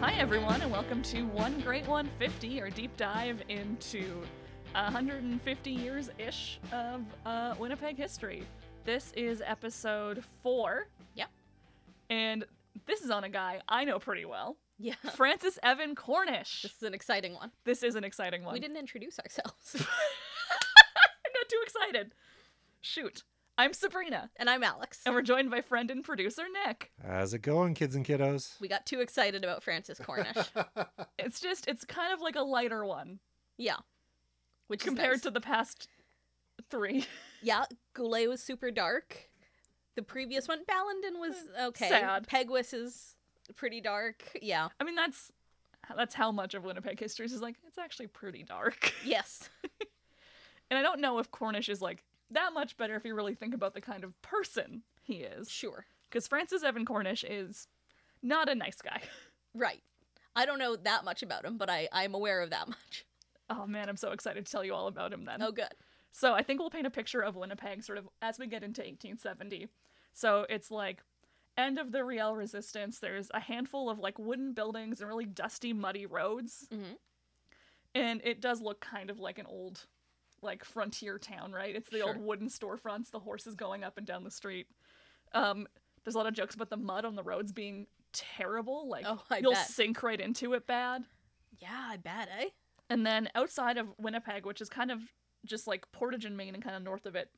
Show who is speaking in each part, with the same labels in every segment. Speaker 1: Hi, everyone, and welcome to One Great 150, our deep dive into 150 years ish of uh, Winnipeg history. This is episode four.
Speaker 2: Yep.
Speaker 1: And this is on a guy I know pretty well
Speaker 2: Yeah.
Speaker 1: Francis Evan Cornish.
Speaker 2: This is an exciting one.
Speaker 1: This is an exciting one.
Speaker 2: We didn't introduce ourselves.
Speaker 1: I got too excited. Shoot. I'm Sabrina,
Speaker 2: and I'm Alex.
Speaker 1: and we're joined by friend and producer Nick.
Speaker 3: How's it going, kids and kiddos?
Speaker 2: We got too excited about Francis Cornish.
Speaker 1: It's just, it's kind of like a lighter one
Speaker 2: yeah. Which
Speaker 1: compared
Speaker 2: is nice.
Speaker 1: to the past three.
Speaker 2: Yeah, Goulet was super dark. The previous one, Ballandon was okay.
Speaker 1: Sad.
Speaker 2: Pegwis is pretty dark. Yeah.
Speaker 1: I mean, that's that's how much of Winnipeg history is like. It's actually pretty dark,
Speaker 2: Yes.
Speaker 1: and I don't know if Cornish is like that much better if you really think about the kind of person he is.
Speaker 2: Sure.
Speaker 1: Because Francis Evan Cornish is not a nice guy.
Speaker 2: Right. I don't know that much about him, but I, I'm aware of that much.
Speaker 1: Oh man, I'm so excited to tell you all about him then.
Speaker 2: Oh, good.
Speaker 1: So I think we'll paint a picture of Winnipeg sort of as we get into 1870. So it's like end of the Riel resistance. There's a handful of like wooden buildings and really dusty, muddy roads.
Speaker 2: Mhm.
Speaker 1: And it does look kind of like an old like frontier town, right? It's the old
Speaker 2: Sure.
Speaker 1: wooden storefronts, the horses going up and down the street. Um there's a lot of jokes about the mud on the roads being terrible. Like
Speaker 2: Oh, I
Speaker 1: you'll
Speaker 2: bet.
Speaker 1: sink right into it bad.
Speaker 2: Yeah, I bet, eh?
Speaker 1: And then outside of Winnipeg, which is kind of just like Portage and Maine and kind of north of it,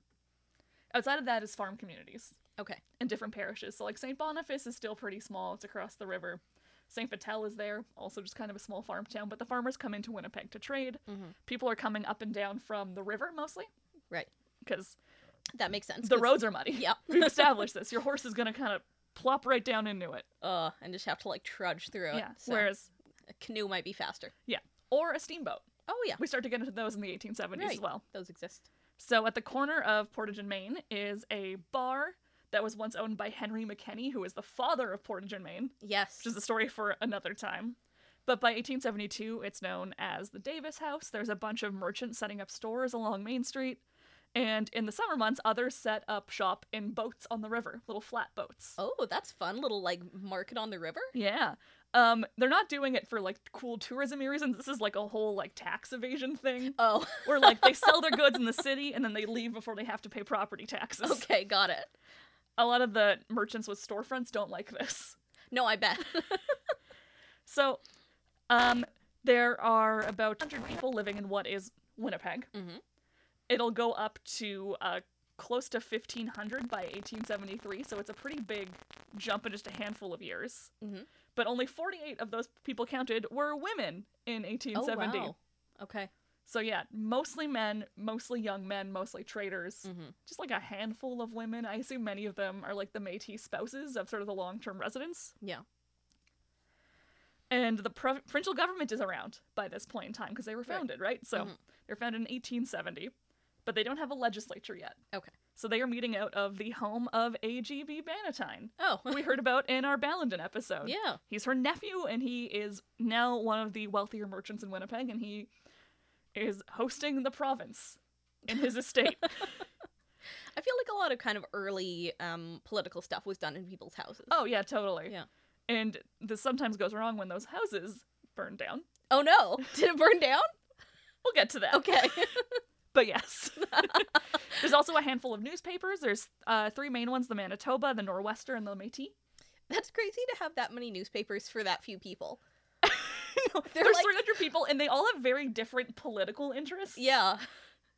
Speaker 1: outside of that is farm communities
Speaker 2: Okay.
Speaker 1: and different parishes. So like St. Boniface is still pretty small, it's across the river. St. Vitel is there, also just kind of a small farm town, but the farmers come into Winnipeg to trade.
Speaker 2: Mhm.
Speaker 1: People are coming up and down from the river mostly
Speaker 2: Right.
Speaker 1: because
Speaker 2: That makes sense.
Speaker 1: the
Speaker 2: 'cause-
Speaker 1: roads are muddy.
Speaker 2: Yeah.
Speaker 1: We've established this. Your horse is going to kind of plop right down into it.
Speaker 2: Uh, and just have to like trudge through it.
Speaker 1: yeah.
Speaker 2: so
Speaker 1: Whereas,
Speaker 2: a canoe might be faster.
Speaker 1: or a steamboat.
Speaker 2: Oh yeah,
Speaker 1: We start to get into those in the 1870s as
Speaker 2: Right.
Speaker 1: well.
Speaker 2: those exist.
Speaker 1: So at the corner of Portage and Maine is a bar that was once owned by Henry McKenney, who is the father of Portage and Maine,
Speaker 2: Yes.
Speaker 1: which is a story for another time. But by 1872, it's known as the Davis House. There's a bunch of merchants setting up stores along Main Street. And in the summer months, others set up shop in boats on the river, little flat boats.
Speaker 2: Oh, that's fun. Little like market on the river.
Speaker 1: Yeah. Um, they're not doing it for like cool tourism reasons. This is like a whole like tax evasion thing
Speaker 2: Oh,
Speaker 1: where like they sell their goods in the city and then they leave before they have to pay property taxes.
Speaker 2: okay, got it.
Speaker 1: a lot of the merchants with storefronts don't like this.
Speaker 2: No, I bet.
Speaker 1: So, um, there are about 100 people living in what is Winnipeg.
Speaker 2: Mhm.
Speaker 1: It'll go up to uh, close to 1,500 by 1873, so it's a pretty big jump in just a handful of years.
Speaker 2: Mhm.
Speaker 1: But only 48 of those people counted were women in 1870.
Speaker 2: Oh wow. Okay.
Speaker 1: So, yeah, mostly men, mostly young men, mostly traders.
Speaker 2: Mm-hmm.
Speaker 1: Just like a handful of women. I assume many of them are like the Metis spouses of sort of the long term residents.
Speaker 2: Yeah.
Speaker 1: and the prov- provincial government is around by this point in time because they were
Speaker 2: Right.
Speaker 1: founded, right? So
Speaker 2: Mhm.
Speaker 1: they're founded in 1870, but they don't have a legislature yet.
Speaker 2: Okay.
Speaker 1: So they are meeting out of the home of A.G.B. Bannatyne,
Speaker 2: Oh.
Speaker 1: who we heard about in our Ballandon episode.
Speaker 2: yeah.
Speaker 1: He's her nephew, and he is now one of the wealthier merchants in Winnipeg, and he is hosting the province in his estate.
Speaker 2: I feel like a lot of kind of early um political stuff was done in people's houses.
Speaker 1: oh, yeah, totally.
Speaker 2: Yeah.
Speaker 1: And this sometimes goes wrong when those houses burn down.
Speaker 2: Oh no! Did it burn down?
Speaker 1: We'll get to that.
Speaker 2: Okay.
Speaker 1: But yes. There's also a handful of newspapers. There's uh, three main ones the Manitoba, the Nor'wester, and the Métis.
Speaker 2: That's crazy to have that many newspapers for that few people.
Speaker 1: no,
Speaker 2: they're
Speaker 1: There's
Speaker 2: like-
Speaker 1: 300 people, and they all have very different political interests.
Speaker 2: Yeah.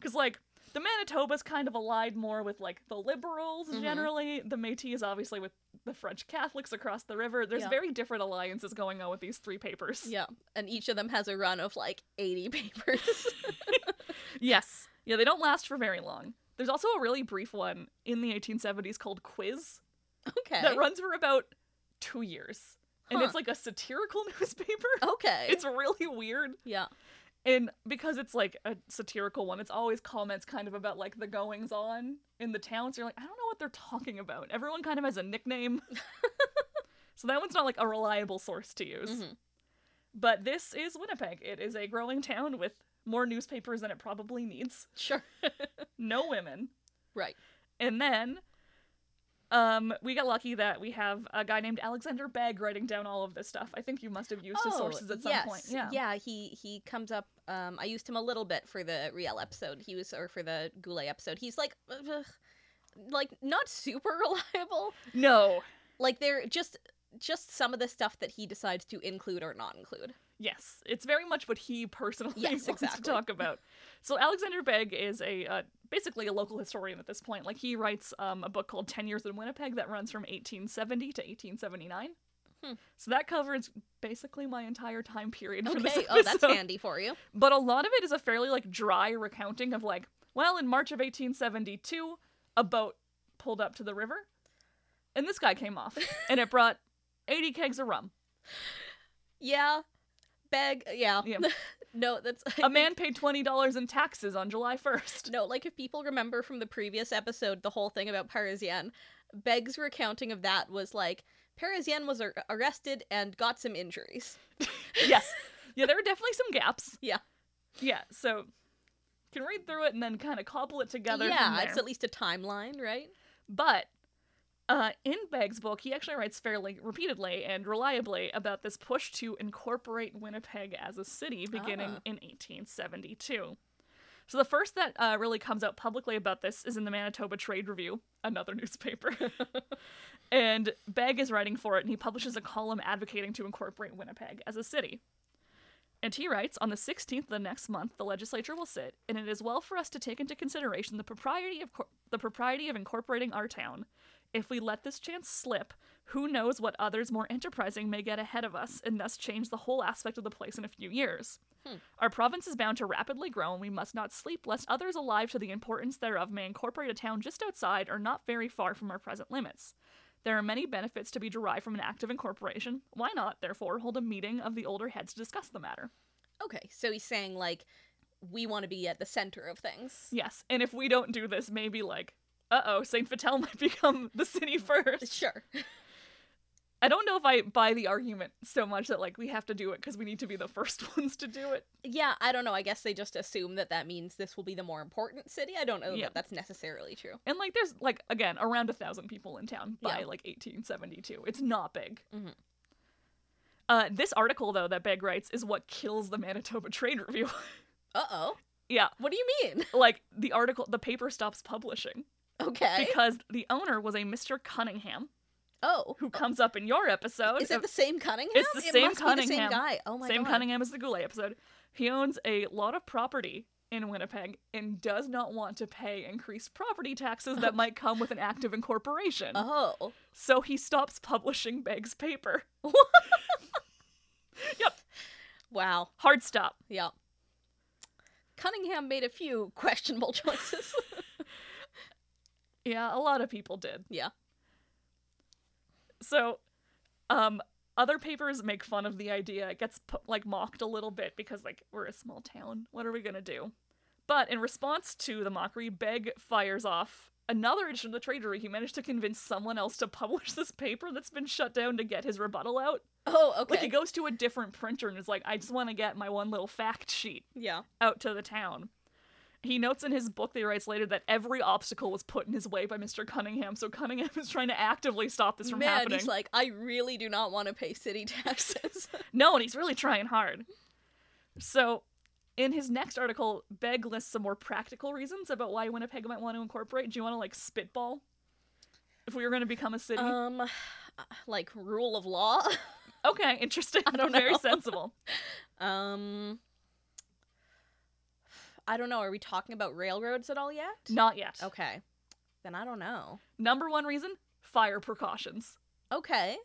Speaker 1: Because, like, the Manitoba's kind of allied more with, like, the liberals
Speaker 2: Mhm.
Speaker 1: generally. The Métis is obviously with the French Catholics across the river. There's
Speaker 2: Yeah.
Speaker 1: very different alliances going on with these three papers.
Speaker 2: Yeah. And each of them has a run of like 80 papers.
Speaker 1: Yes. Yeah, they don't last for very long. There's also a really brief one in the 1870s called Quiz.
Speaker 2: okay.
Speaker 1: that runs for about two years. And
Speaker 2: Huh.
Speaker 1: it's like a satirical newspaper.
Speaker 2: okay.
Speaker 1: It's really weird.
Speaker 2: yeah.
Speaker 1: And because it's like a satirical one, it's always comments kind of about like the goings on in the town. So you're like, I don't know what they're talking about. Everyone kind of has a nickname. so that one's not like a reliable source to use.
Speaker 2: Mhm.
Speaker 1: But this is Winnipeg. It is a growing town with more newspapers than it probably needs,
Speaker 2: Sure.
Speaker 1: no women.
Speaker 2: Right.
Speaker 1: And then Um, we got lucky that we have a guy named Alexander Begg writing down all of this stuff. I think you must have used his sources at some
Speaker 2: Oh, yes.
Speaker 1: point. Yeah.
Speaker 2: yeah. He he comes up. Um, I used him a little bit for the Riel episode. He was or for the Goulet episode. He's like, ugh, like not super reliable.
Speaker 1: No.
Speaker 2: Like they're just just some of the stuff that he decides to include or not include.
Speaker 1: Yes, it's very much what he personally
Speaker 2: Yes,
Speaker 1: wants
Speaker 2: exactly.
Speaker 1: to talk about. So Alexander Begg is a uh, basically a local historian at this point. Like he writes um, a book called Ten Years in Winnipeg that runs from 1870 to 1879.
Speaker 2: Hmm.
Speaker 1: So that covers basically my entire time period. For this
Speaker 2: Okay. Oh, that's
Speaker 1: episode.
Speaker 2: handy for you.
Speaker 1: But a lot of it is a fairly like dry recounting of like, well, in March of 1872, a boat pulled up to the river, and this guy came off, and it brought 80 kegs of rum.
Speaker 2: Yeah. Beg. Yeah.
Speaker 1: Yeah.
Speaker 2: no, that's
Speaker 1: A man paid twenty dollars in taxes on July first.
Speaker 2: No, like if people remember from the previous episode, the whole thing about Parisienne, Beg's recounting of that was like Parisienne was ar- arrested and got some injuries.
Speaker 1: yes. Yeah, there are definitely some gaps.
Speaker 2: Yeah.
Speaker 1: Yeah, so can read through it and then kind of cobble it together. from
Speaker 2: yeah,
Speaker 1: there.
Speaker 2: it's at least a timeline, right?
Speaker 1: But uh, in Begg's book, he actually writes fairly repeatedly and reliably about this push to incorporate Winnipeg as a city beginning
Speaker 2: Ah.
Speaker 1: in 1872. So the first that uh, really comes out publicly about this is in the Manitoba Trade Review, another newspaper. and Begg is writing for it, and he publishes a column advocating to incorporate Winnipeg as a city. And he writes, on the 16th of the next month, the legislature will sit, and it is well for us to take into consideration the propriety of cor- the propriety of incorporating our town. If we let this chance slip, who knows what others more enterprising may get ahead of us and thus change the whole aspect of the place in a few years.
Speaker 2: Hmm.
Speaker 1: Our province is bound to rapidly grow, and we must not sleep lest others alive to the importance thereof may incorporate a town just outside or not very far from our present limits. There are many benefits to be derived from an act of incorporation. Why not, therefore, hold a meeting of the older heads to discuss the matter?
Speaker 2: Okay, so he's saying like we want to be at the center of things.
Speaker 1: Yes, and if we don't do this, maybe like, uh oh, Saint Vitel might become the city first.
Speaker 2: Sure.
Speaker 1: I don't know if I buy the argument so much that like we have to do it because we need to be the first ones to do it.
Speaker 2: Yeah, I don't know. I guess they just assume that that means this will be the more important city. I don't know
Speaker 1: Yeah.
Speaker 2: that that's necessarily true.
Speaker 1: And like, there's like again around a thousand people in town by
Speaker 2: Yeah.
Speaker 1: like 1872. It's not big.
Speaker 2: Mhm.
Speaker 1: Uh, this article though that Begg writes is what kills the Manitoba Trade Review.
Speaker 2: Uh oh.
Speaker 1: yeah,
Speaker 2: What do you mean?
Speaker 1: like the article, the paper stops publishing
Speaker 2: Okay.
Speaker 1: because the owner was a Mr. Cunningham
Speaker 2: oh.
Speaker 1: who comes up in your episode.
Speaker 2: Is it
Speaker 1: of-
Speaker 2: the same Cunningham?
Speaker 1: It's the
Speaker 2: it
Speaker 1: same
Speaker 2: must Be the
Speaker 1: Cunningham.
Speaker 2: same guy. Oh my
Speaker 1: same
Speaker 2: god.
Speaker 1: Cunningham as the Goulet episode. He owns a lot of property in Winnipeg and does not want to pay increased property taxes that might come with an act of incorporation.
Speaker 2: Oh.
Speaker 1: So he stops publishing Begg's paper.
Speaker 2: Wow.
Speaker 1: Hard stop.
Speaker 2: Yeah. Cunningham made a few questionable choices.
Speaker 1: Yeah, a lot of people did.
Speaker 2: Yeah.
Speaker 1: So, um, other papers make fun of the idea. It gets pu- like mocked a little bit because like we're a small town. What are we gonna do? But in response to the mockery, Beg fires off another edition of the Treasury. He managed to convince someone else to publish this paper that's been shut down to get his rebuttal out.
Speaker 2: oh, okay.
Speaker 1: Like he goes to a different printer and is like, "I just want to get my one little fact sheet."
Speaker 2: yeah.
Speaker 1: out to the town. He notes in his book that he writes later that every obstacle was put in his way by Mr. Cunningham, so Cunningham is trying to actively stop this from
Speaker 2: Man,
Speaker 1: happening.
Speaker 2: he's like, I really do not want to pay city taxes.
Speaker 1: no, and he's really trying hard. So, in his next article, Begg lists some more practical reasons about why Winnipeg might want to incorporate. Do you want to like spitball? If we were going to become a city?
Speaker 2: um, like rule of law.
Speaker 1: okay, interesting. I
Speaker 2: don't
Speaker 1: Very
Speaker 2: know.
Speaker 1: sensible.
Speaker 2: Um, I don't know. Are we talking about railroads at all yet?
Speaker 1: Not yet.
Speaker 2: Okay. Then I don't know.
Speaker 1: Number one reason fire precautions.
Speaker 2: Okay.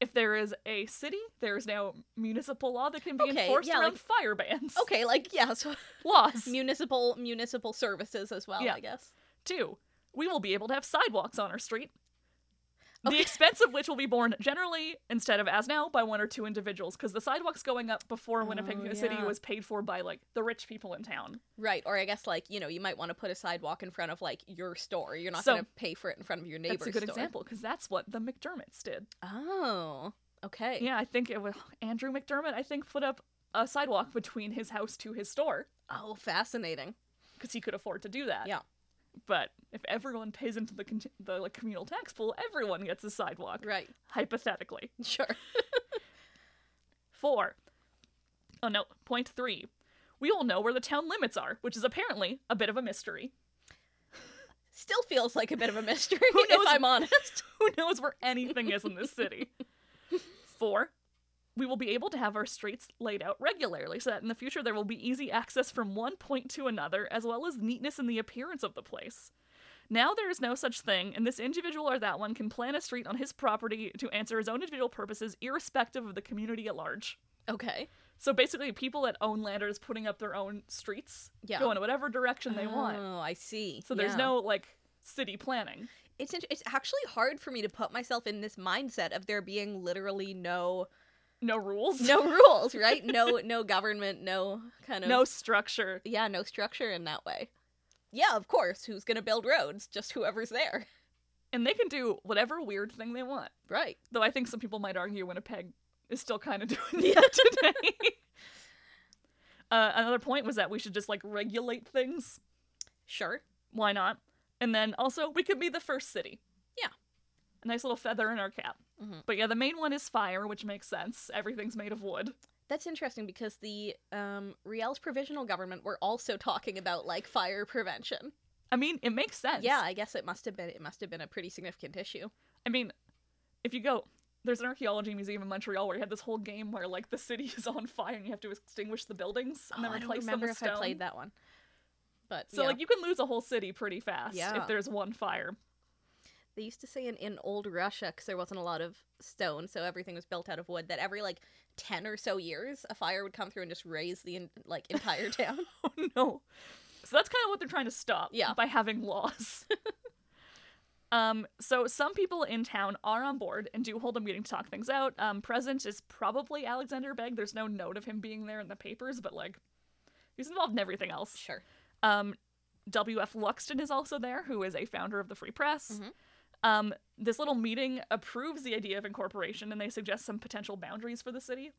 Speaker 1: if there is a city, there is now municipal law that can be
Speaker 2: Okay,
Speaker 1: enforced
Speaker 2: yeah,
Speaker 1: around
Speaker 2: like-
Speaker 1: fire bans.
Speaker 2: Okay. Like yeah. So
Speaker 1: Laws.
Speaker 2: municipal municipal services as well.
Speaker 1: Yeah.
Speaker 2: I guess.
Speaker 1: Two, we will be able to have sidewalks on our street. The
Speaker 2: Okay.
Speaker 1: expense of which will be borne generally, instead of as now, by one or two individuals, because the sidewalks going up before Winnipeg
Speaker 2: Oh,
Speaker 1: City
Speaker 2: yeah.
Speaker 1: was paid for by like the rich people in town.
Speaker 2: Right, or I guess like you know you might want to put a sidewalk in front of like your store. You're not
Speaker 1: So-
Speaker 2: gonna pay for it in front of your neighbor's
Speaker 1: that's a good
Speaker 2: store.
Speaker 1: example, because that's what the McDermotts did.
Speaker 2: Oh, okay.
Speaker 1: Yeah, I think it was Andrew McDermott. I think put up a sidewalk between his house to his store.
Speaker 2: Oh, fascinating.
Speaker 1: because he could afford to do that.
Speaker 2: Yeah.
Speaker 1: But if everyone pays into the, cont- the like, communal tax pool, everyone gets a sidewalk,
Speaker 2: Right.
Speaker 1: hypothetically.
Speaker 2: Sure.
Speaker 1: Four. Oh no, point three. We will know where the town limits are, which is apparently a bit of a mystery.
Speaker 2: Still feels like a bit of a mystery,
Speaker 1: Who knows-
Speaker 2: if I'm honest.
Speaker 1: Who knows where anything is in this city? Four. We will be able to have our streets laid out regularly so that in the future there will be easy access from one point to another, as well as neatness in the appearance of the place. Now there is no such thing, and this individual or that one can plan a street on his property to answer his own individual purposes, irrespective of the community at large.
Speaker 2: Okay.
Speaker 1: So basically, people that own land are just putting up their own streets,
Speaker 2: Yeah.
Speaker 1: going whatever direction they want.
Speaker 2: Oh, I see.
Speaker 1: So there's
Speaker 2: Yeah.
Speaker 1: no like city planning.
Speaker 2: It's int- it's actually hard for me to put myself in this mindset of there being literally no
Speaker 1: no rules,
Speaker 2: no rules, right? No no government, no kind of
Speaker 1: no structure.
Speaker 2: yeah, no structure in that way. Yeah, of course. Who's gonna build roads? Just whoever's there,
Speaker 1: And they can do whatever weird thing they want.
Speaker 2: right?
Speaker 1: Though I think some people might argue Winnipeg is still kind of doing
Speaker 2: Yeah.
Speaker 1: that today. uh, another point was that we should just like regulate things.
Speaker 2: Sure.
Speaker 1: Why not? And then also, we could be the first city.
Speaker 2: Yeah.
Speaker 1: A nice little feather in our cap.
Speaker 2: Mhm.
Speaker 1: But yeah, the main one is fire, which makes sense. Everything's made of wood.
Speaker 2: That's interesting because the um, Riel's provisional government were also talking about like fire prevention.
Speaker 1: I mean, it makes sense.
Speaker 2: Yeah, I guess it must have been it must have been a pretty significant issue.
Speaker 1: I mean, if you go, there's an archaeology museum in Montreal where you had this whole game where like the city is on fire and you have to extinguish the buildings and
Speaker 2: Oh,
Speaker 1: then
Speaker 2: I
Speaker 1: replace
Speaker 2: don't remember
Speaker 1: them
Speaker 2: if
Speaker 1: with stone.
Speaker 2: I played that one, but
Speaker 1: So
Speaker 2: yeah.
Speaker 1: like you can lose a whole city pretty fast
Speaker 2: Yeah.
Speaker 1: if there's one fire.
Speaker 2: They used to say in, in old Russia, because there wasn't a lot of stone, so everything was built out of wood, that every like 10 or so years, a fire would come through and just raise the en- like entire town.
Speaker 1: Oh no. So that's kind of what they're trying to stop
Speaker 2: Yeah.
Speaker 1: by having laws. um so some people in town are on board and do hold a meeting to talk things out. Um present is probably Alexander Begg. There's no note of him being there in the papers, but like he's involved in everything else.
Speaker 2: sure.
Speaker 1: Um, W.F. Luxton is also there, who is a founder of the Free Press.
Speaker 2: Mhm.
Speaker 1: Um, this little meeting approves the idea of incorporation and they suggest some potential boundaries for the city.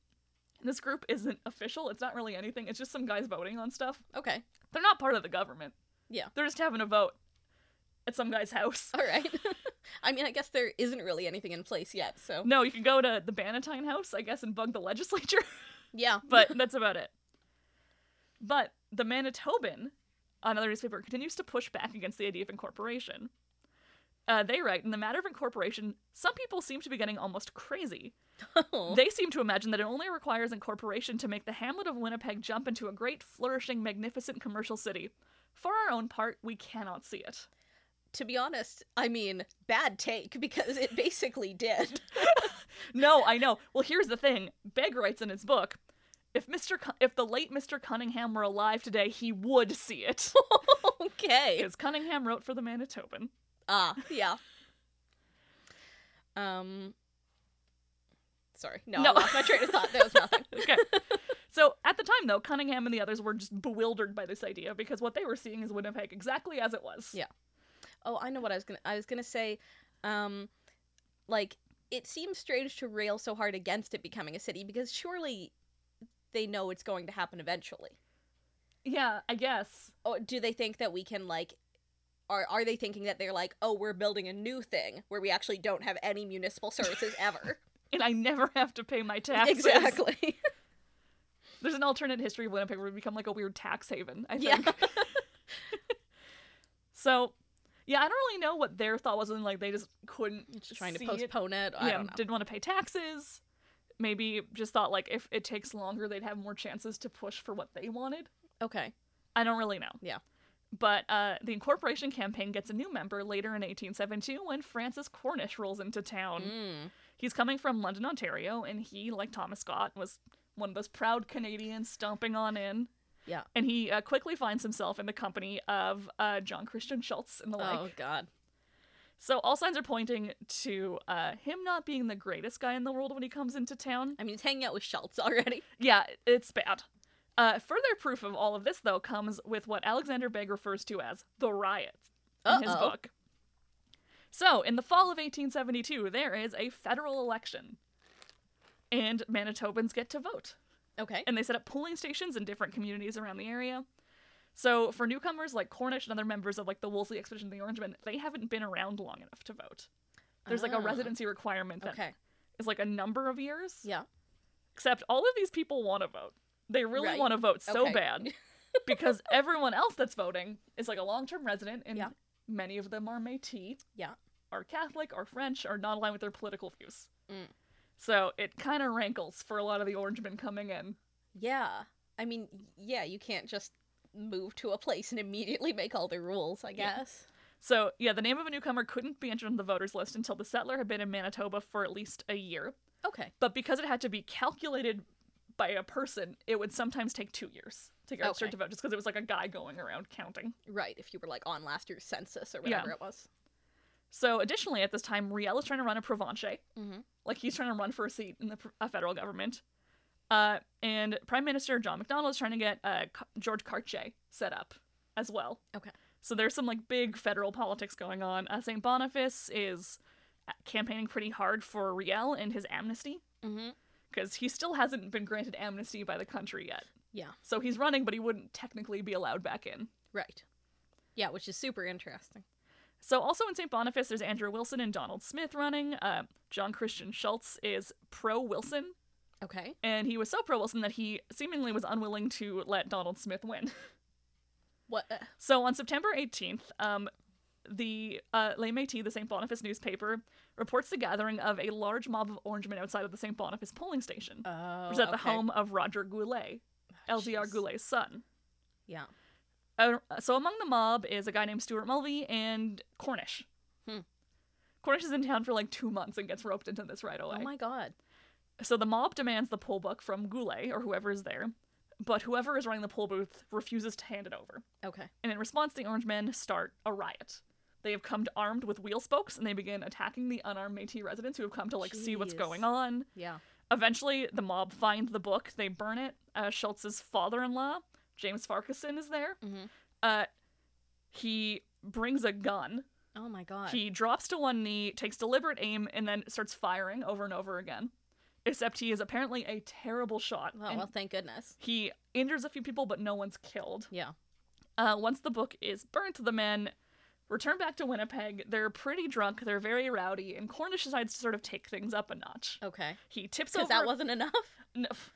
Speaker 1: This group isn't official, it's not really anything, it's just some guys voting on stuff.
Speaker 2: Okay.
Speaker 1: They're not part of the government.
Speaker 2: Yeah. Oh.
Speaker 1: They're just having a vote at some guy's house.
Speaker 2: All right. I mean, I guess there isn't really anything in place yet, so.
Speaker 1: No, you can go to the Bannatyne house, I guess, and bug the legislature.
Speaker 2: Yeah.
Speaker 1: but that's about it. But the Manitoban, another newspaper, continues to push back against the idea of incorporation. Uh, they write, in the matter of incorporation, some people seem to be getting almost crazy. They seem to imagine that it only requires incorporation to make the hamlet of Winnipeg jump into a great, flourishing, magnificent commercial city. For our own part, we cannot see it.
Speaker 2: to be honest, I mean, bad take because it basically did.
Speaker 1: No, I know. Well, here's the thing. Begg writes in his book, if Mr. Cu- if the late Mr. Cunningham were alive today, he would see it.
Speaker 2: okay.
Speaker 1: Because Cunningham wrote for the Manitoban.
Speaker 2: Ah, yeah. Um. Sorry. No,
Speaker 1: No.
Speaker 2: I lost my train of thought. That was nothing.
Speaker 1: Okay. so at the time, though, Cunningham and the others were just bewildered by this idea because what they were seeing is Winnipeg exactly as it was.
Speaker 2: Yeah. Oh, I know what I was gonna. I was gonna say, um, like it seems strange to rail so hard against it becoming a city because surely they know it's going to happen eventually.
Speaker 1: Yeah, I guess.
Speaker 2: Or do they think that we can like? Are, are they thinking that they're like, oh, we're building a new thing where we actually don't have any municipal services ever?
Speaker 1: And I never have to pay my taxes.
Speaker 2: exactly.
Speaker 1: There's an alternate history of Winnipeg where we become like a weird tax haven, I
Speaker 2: Yeah.
Speaker 1: think. so, yeah, I don't really know what their thought was. And like, they just couldn't.
Speaker 2: Just trying to
Speaker 1: see it.
Speaker 2: postpone it. I
Speaker 1: yeah,
Speaker 2: don't know.
Speaker 1: didn't want to pay taxes. Maybe just thought like if it takes longer, they'd have more chances to push for what they wanted.
Speaker 2: Okay.
Speaker 1: I don't really know.
Speaker 2: Yeah.
Speaker 1: But uh, the incorporation campaign gets a new member later in 1872 when Francis Cornish rolls into town.
Speaker 2: Mm.
Speaker 1: He's coming from London, Ontario, and he, like Thomas Scott, was one of those proud Canadians stomping on in.
Speaker 2: Yeah.
Speaker 1: And he uh, quickly finds himself in the company of uh, John Christian Schultz and the like.
Speaker 2: Oh God.
Speaker 1: So all signs are pointing to uh, him not being the greatest guy in the world when he comes into town.
Speaker 2: I mean, it's hanging out with Schultz already.
Speaker 1: Yeah, it's bad. Uh, further proof of all of this, though, comes with what Alexander Begg refers to as the riots in his
Speaker 2: Uh-oh.
Speaker 1: book. So, in the fall of 1872, there is a federal election, and Manitobans get to vote.
Speaker 2: Okay.
Speaker 1: And they set up polling stations in different communities around the area. So for newcomers like Cornish and other members of like the Wolseley Expedition to the Orangemen, they haven't been around long enough to vote. There's like a
Speaker 2: Ah.
Speaker 1: residency requirement that is
Speaker 2: Okay.
Speaker 1: like a number of years.
Speaker 2: Yeah.
Speaker 1: Except all of these people want to vote. They really
Speaker 2: Right.
Speaker 1: want to vote so
Speaker 2: Okay.
Speaker 1: bad because everyone else that's voting is like a long-term resident and
Speaker 2: Yeah.
Speaker 1: many of them are Métis
Speaker 2: Yeah.
Speaker 1: are Catholic or French are not aligned with their political views.
Speaker 2: Mm.
Speaker 1: So it kind of rankles for a lot of the Orangemen coming in.
Speaker 2: Yeah. I mean, yeah, you can't just move to a place and immediately make all the rules, I
Speaker 1: Yeah.
Speaker 2: guess.
Speaker 1: So yeah, the name of a newcomer couldn't be entered on the voters list until the settler had been in Manitoba for at least a year.
Speaker 2: Okay.
Speaker 1: But because it had to be calculated by a person, it would sometimes take two years to get registered
Speaker 2: Okay.
Speaker 1: to vote, just because it was like a guy going around counting.
Speaker 2: Right, if you were like on last year's census or
Speaker 1: Yeah.
Speaker 2: whatever it was.
Speaker 1: So additionally, at this time, Riel is trying to run a Provenche,
Speaker 2: Mhm.
Speaker 1: like he's trying to run for a seat in the pr- uh, federal government. Uh, and Prime Minister John McDonnell is trying to get uh, C- George Cartier set up as well.
Speaker 2: Okay.
Speaker 1: So there's some like big federal politics going on. Uh, St. Boniface is uh, campaigning pretty hard for Riel and his amnesty
Speaker 2: Mm-hmm.
Speaker 1: because he still hasn't been granted amnesty by the country yet.
Speaker 2: Yeah.
Speaker 1: So he's running, but he wouldn't technically be allowed back in.
Speaker 2: Right. Yeah, which is super interesting.
Speaker 1: So also in St. Boniface, there's Andrew Wilson and Donald Smith running. Uh, John Christian Schultz is pro Wilson,
Speaker 2: Okay.
Speaker 1: and he was so pro Wilson that he seemingly was unwilling to let Donald Smith win.
Speaker 2: What? Uh,
Speaker 1: So on September 18th, um, the uh, Les Métis, the St. Boniface newspaper, reports the gathering of a large mob of Orangemen outside of the St. Boniface polling station,
Speaker 2: oh,
Speaker 1: which is at the
Speaker 2: okay.
Speaker 1: home of Roger Goulet, LDR
Speaker 2: Jeez.
Speaker 1: Goulet's son.
Speaker 2: Yeah.
Speaker 1: Uh, so among the mob is a guy named Stuart Mulvey and Cornish.
Speaker 2: Hmm.
Speaker 1: Cornish is in town for like two months and gets roped into this right away.
Speaker 2: Oh my god.
Speaker 1: So the mob demands the poll book from Goulet or whoever is there, but whoever is running the poll booth refuses to hand it over.
Speaker 2: Okay.
Speaker 1: And in response, the Orange Men start a riot. They have come armed with wheel spokes and they begin attacking the unarmed Métis residents who have come to like see what's
Speaker 2: Jeez.
Speaker 1: going on.
Speaker 2: Yeah.
Speaker 1: Eventually, the mob find the book. They burn it. Uh, Schultz's father-in-law, James Farquharson, is there.
Speaker 2: Mhm.
Speaker 1: Uh, he brings a gun.
Speaker 2: Oh my god.
Speaker 1: He drops to one knee, takes deliberate aim, and then starts firing over and over again. Except he is apparently a terrible shot.
Speaker 2: well,
Speaker 1: and
Speaker 2: well, thank goodness.
Speaker 1: he injures a few people, but no one's killed.
Speaker 2: Yeah.
Speaker 1: Uh, once the book is burnt, the men return back to Winnipeg. They're pretty drunk. They're very rowdy, and Cornish decides to sort of take things up a notch.
Speaker 2: Okay.
Speaker 1: He tips over.
Speaker 2: Because that wasn't enough.
Speaker 1: n- f-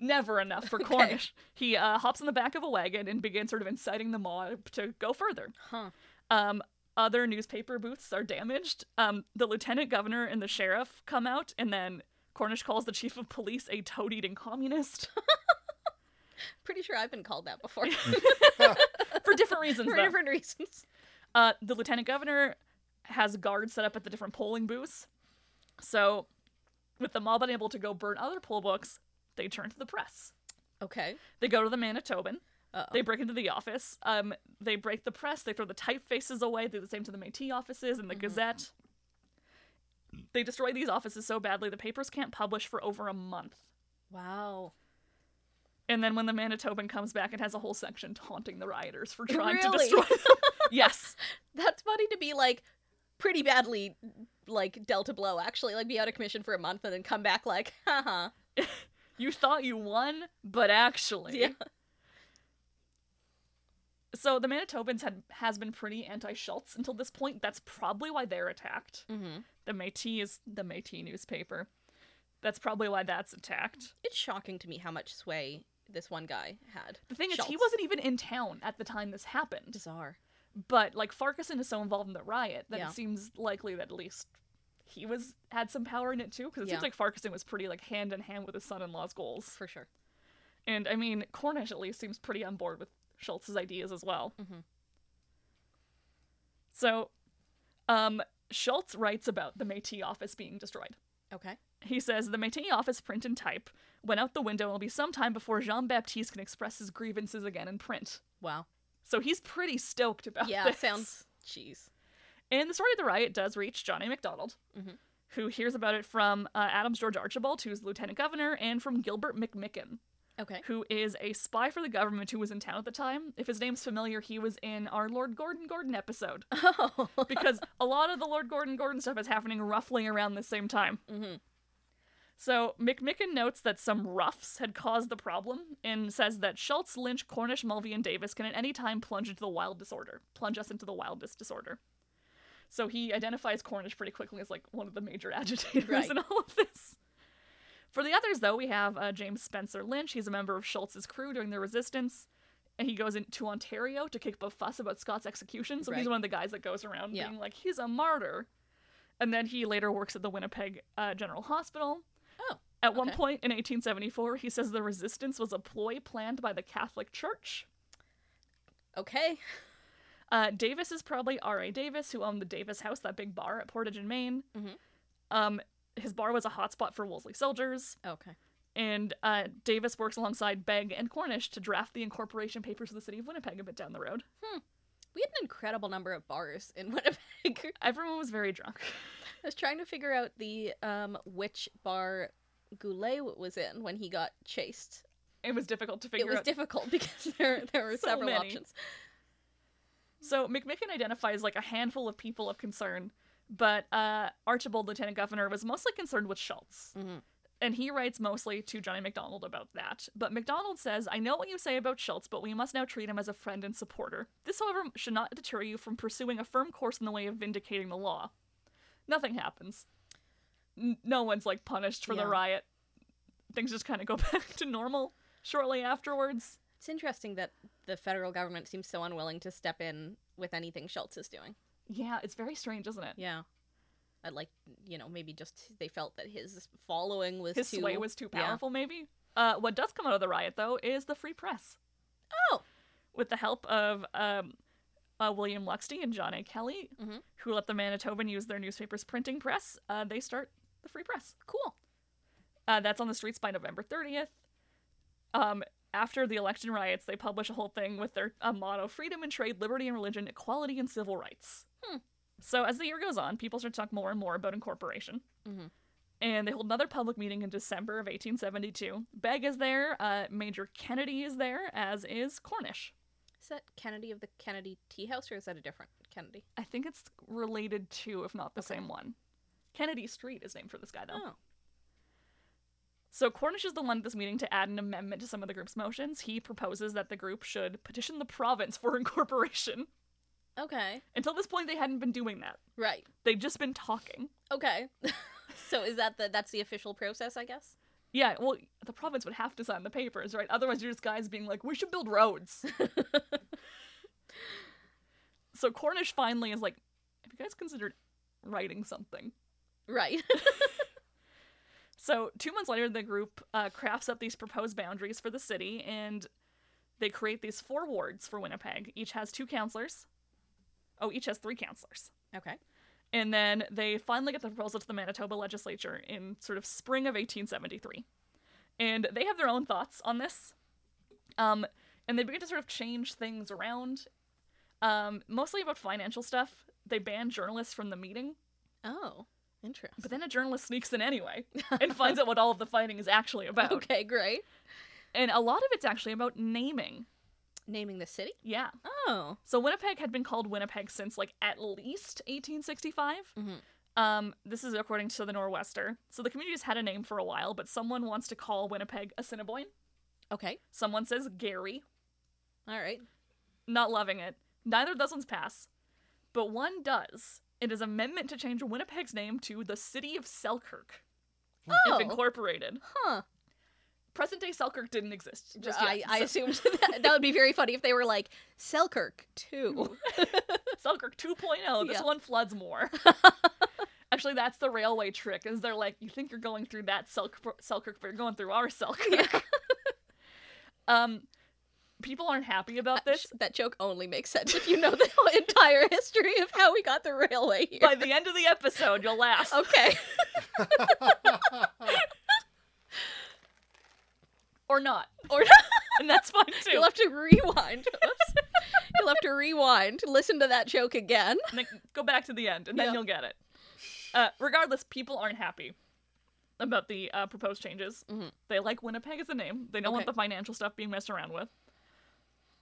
Speaker 1: never enough for
Speaker 2: Okay.
Speaker 1: Cornish. He uh, hops in the back of a wagon and begins sort of inciting the mob to go further.
Speaker 2: Huh.
Speaker 1: Um, other newspaper booths are damaged. Um, the lieutenant governor and the sheriff come out, and then Cornish calls the chief of police a toad eating communist
Speaker 2: Pretty sure I've been called that before
Speaker 1: for different reasons.
Speaker 2: for
Speaker 1: though.
Speaker 2: different reasons.
Speaker 1: Uh, the lieutenant governor has guards set up at the different polling booths. So, with the mob unable to go burn other poll books, they turn to the press.
Speaker 2: Okay.
Speaker 1: They go to the Manitoban.
Speaker 2: Uh
Speaker 1: They break into the office. Um, they break the press. They throw the typefaces away. They do the same to the Métis offices
Speaker 2: Mm-hmm.
Speaker 1: and the Gazette. They destroy these offices so badly the papers can't publish for over a month.
Speaker 2: Wow.
Speaker 1: And then when the Manitoban comes back, it has a whole section taunting the rioters for trying to
Speaker 2: Really?
Speaker 1: destroy them. yes,
Speaker 2: That's funny to be like pretty badly like dealt a blow actually like be out of commission for a month and then come back like haha
Speaker 1: you thought you won, but actually,
Speaker 2: yeah
Speaker 1: So the Manitobans had has been pretty anti-Schultz until this point. That's probably why they're attacked.
Speaker 2: mm-hmm.
Speaker 1: The Métis is the Métis newspaper. That's probably why that's attacked.
Speaker 2: it's shocking to me how much sway this one guy had
Speaker 1: The thing is, he
Speaker 2: Schultz.
Speaker 1: wasn't even in town at the time this happened.
Speaker 2: bizarre
Speaker 1: But like Farquharson is so involved in the riot that
Speaker 2: Yeah.
Speaker 1: it seems likely that at least he was had some power in it too. Because it
Speaker 2: Yeah.
Speaker 1: seems like Farquharson was pretty like hand in hand with his son-in-law's goals.
Speaker 2: for sure
Speaker 1: And I mean, Cornish at least seems pretty on board with Schultz's ideas as well.
Speaker 2: Mhm.
Speaker 1: So, um, Schultz writes about the Metis office being destroyed.
Speaker 2: okay
Speaker 1: He says the Metis office print and type went out the window and will be some time before Jean Baptiste can express his grievances again in print.
Speaker 2: wow
Speaker 1: So he's pretty stoked about
Speaker 2: yeah
Speaker 1: this.
Speaker 2: sounds jeez
Speaker 1: And the story of the riot does reach Johnny MacDonald,
Speaker 2: Mhm.
Speaker 1: who hears about it from uh, Adams George Archibald, who's lieutenant governor, and from Gilbert McMicken,
Speaker 2: okay
Speaker 1: who is a spy for the government who was in town at the time. If his name's familiar, he was in our Lord Gordon Gordon episode.
Speaker 2: oh
Speaker 1: Because a lot of the Lord Gordon Gordon stuff is happening roughly around the same time.
Speaker 2: Mhm.
Speaker 1: So McMicken notes that some roughs had caused the problem and says that Schultz, Lynch, Cornish, Mulvey, and Davis can at any time plunge into the wild disorder, plunge us into the wildest disorder. So he identifies Cornish pretty quickly as like one of the major agitators
Speaker 2: Right.
Speaker 1: in all of this. For the others, though, we have uh, James Spencer Lynch. He's a member of Schultz's crew during the resistance. And he goes into Ontario to kick up a fuss about Scott's execution. So he's
Speaker 2: Right.
Speaker 1: one of the guys that goes around
Speaker 2: Yeah.
Speaker 1: being like, he's a martyr. And then he later works at the Winnipeg uh, General Hospital.
Speaker 2: Oh,
Speaker 1: At one
Speaker 2: okay.
Speaker 1: point in 1874, he says the resistance was a ploy planned by the Catholic Church.
Speaker 2: Okay.
Speaker 1: Uh, Davis is probably R.A. Davis, who owned the Davis House, that big bar at Portage in Maine.
Speaker 2: Mhm.
Speaker 1: Um, his bar was a hotspot for Wolseley soldiers,
Speaker 2: Okay.
Speaker 1: and uh, Davis works alongside Begg and Cornish to draft the incorporation papers of the city of Winnipeg a bit down the road.
Speaker 2: We had an incredible number of bars in Winnipeg.
Speaker 1: Everyone was very drunk.
Speaker 2: I was trying to figure out the um which bar Goulet was in when he got chased.
Speaker 1: It was difficult to figure
Speaker 2: it was
Speaker 1: out.
Speaker 2: difficult because there there were
Speaker 1: So
Speaker 2: several
Speaker 1: many.
Speaker 2: options.
Speaker 1: So McMicken identifies like a handful of people of concern, but uh, Archibald, lieutenant governor, was mostly concerned with Schultz.
Speaker 2: Mhm.
Speaker 1: And he writes mostly to Johnny McDonald about that. But McDonald says, I know what you say about Schultz, but we must now treat him as a friend and supporter. This, however, should not deter you from pursuing a firm course in the way of vindicating the law. Nothing happens. N- no one's like punished for
Speaker 2: Yeah.
Speaker 1: the riot. Things just kind of go back to normal shortly afterwards.
Speaker 2: It's interesting that the federal government seems so unwilling to step in with anything Schultz is doing.
Speaker 1: Yeah, it's very strange, isn't it?
Speaker 2: Yeah. I like, you know, maybe just they felt that his following was
Speaker 1: his
Speaker 2: too
Speaker 1: sway was too
Speaker 2: yeah.
Speaker 1: powerful maybe uh, what does come out of the riot though is the free press
Speaker 2: Oh.
Speaker 1: with the help of um, uh, william luxty and john a kelly
Speaker 2: Mhm.
Speaker 1: who let the manitoban use their newspaper's printing press uh, they start the free press
Speaker 2: cool.
Speaker 1: uh, that's on the streets by november 30th um, after the election riots they publish a whole thing with their uh, motto freedom and trade liberty and religion equality and civil rights
Speaker 2: Hmm.
Speaker 1: so as the year goes on people start to talk more and more about incorporation
Speaker 2: Mhm.
Speaker 1: and they hold another public meeting in December of 1872. Begg is there, uh, Major Kennedy is there, as is Cornish.
Speaker 2: Is that Kennedy of the Kennedy Tea House or is that a different Kennedy?
Speaker 1: I think it's related to, if not the
Speaker 2: Okay.
Speaker 1: same one. Kennedy Street is named for this guy, though.
Speaker 2: Oh.
Speaker 1: So Cornish is the one at this meeting to add an amendment to some of the group's motions. He proposes that the group should petition the province for incorporation.
Speaker 2: Oh, Okay.
Speaker 1: Until this point, they hadn't been doing that.
Speaker 2: Right.
Speaker 1: They'd just been talking.
Speaker 2: Okay. so is that the that's the official process, I guess?
Speaker 1: Yeah, well, the province would have to sign the papers, right? Otherwise, you're just guys being like, we should build roads. so Cornish finally is like, have you guys considered writing something?
Speaker 2: Right.
Speaker 1: So, two months later, the group uh, crafts up these proposed boundaries for the city and they create these four wards for Winnipeg. Each has two councillors. Oh, each has three councillors.
Speaker 2: okay.
Speaker 1: And then they finally get the proposal to the Manitoba legislature in sort of spring of 1873. And they have their own thoughts on this. Um, and they begin to sort of change things around, um, mostly about financial stuff. They ban journalists from the meeting,
Speaker 2: Oh, interesting.
Speaker 1: but then a journalist sneaks in anyway and finds out what all of the fighting is actually about.
Speaker 2: okay, great.
Speaker 1: And a lot of it's actually about naming.
Speaker 2: Naming the city?
Speaker 1: Yeah.
Speaker 2: Oh.
Speaker 1: So Winnipeg had been called Winnipeg since like at least 1865.
Speaker 2: Mhm.
Speaker 1: Um, this is according to the Nor'wester. So the community's had a name for a while, but someone wants to call Winnipeg Assiniboine.
Speaker 2: Okay.
Speaker 1: Someone says Gary,
Speaker 2: All right.
Speaker 1: not loving it. Neither of those ones pass, but one does. It is amendment to change Winnipeg's name to the City of Selkirk,
Speaker 2: Oh.
Speaker 1: if incorporated.
Speaker 2: Huh.
Speaker 1: Present day Selkirk didn't exist. Just
Speaker 2: I,
Speaker 1: yet.
Speaker 2: I
Speaker 1: So-
Speaker 2: assumed that, that would be very funny if they were like Selkirk too.
Speaker 1: Selkirk 2.0. This
Speaker 2: Yeah.
Speaker 1: one floods more. Actually, that's the railway trick. Is they're like, you think you're going through that Selkirk, Selkirk but you're going through our Selkirk. um, people aren't happy about this.
Speaker 2: that joke only makes sense if you know the whole entire history of how we got the railway here.
Speaker 1: By the end of the episode, you'll laugh.
Speaker 2: okay.
Speaker 1: Or not.
Speaker 2: Or
Speaker 1: And that's fine too.
Speaker 2: you'll have to rewind. Oops. you'll have to rewind. Listen to that joke again.
Speaker 1: And then go back to the end, and then
Speaker 2: Yeah.
Speaker 1: you'll get it. Uh, regardless, people aren't happy about the uh, proposed changes.
Speaker 2: Mhm.
Speaker 1: They like Winnipeg as a name. They don't want
Speaker 2: Okay.
Speaker 1: the financial stuff being messed around with,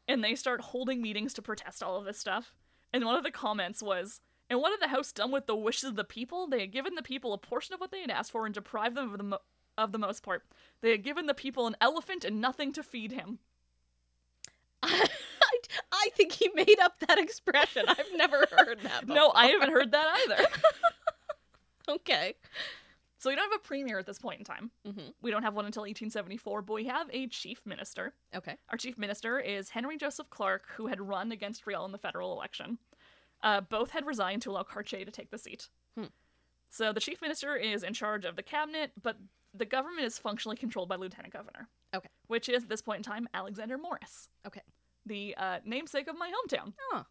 Speaker 1: and they start holding meetings to protest all of this stuff. And one of the comments was, "And what had the House done with the wishes of the people? They had given the people a portion of what they had asked for and deprived them of the mo- of the most part. They had given the people an elephant and nothing to feed him.
Speaker 2: I, I think he made up that expression. I've never heard that.
Speaker 1: No, I haven't heard that either.
Speaker 2: before. Okay.
Speaker 1: So we don't have a premier at this point in time.
Speaker 2: hmm
Speaker 1: We don't have one until 1874, but we have a chief minister.
Speaker 2: Okay.
Speaker 1: Our chief minister is Henry Joseph Clark, who had run against Riel in the federal election. Uh, both had resigned to allow Cartier to take the seat.
Speaker 2: Hmm.
Speaker 1: So the chief minister is in charge of the cabinet, but the government is functionally controlled by lieutenant governor.
Speaker 2: Okay.
Speaker 1: Which is, at this point in time, Alexander Morris.
Speaker 2: Okay.
Speaker 1: The uh, namesake of my hometown.
Speaker 2: Oh.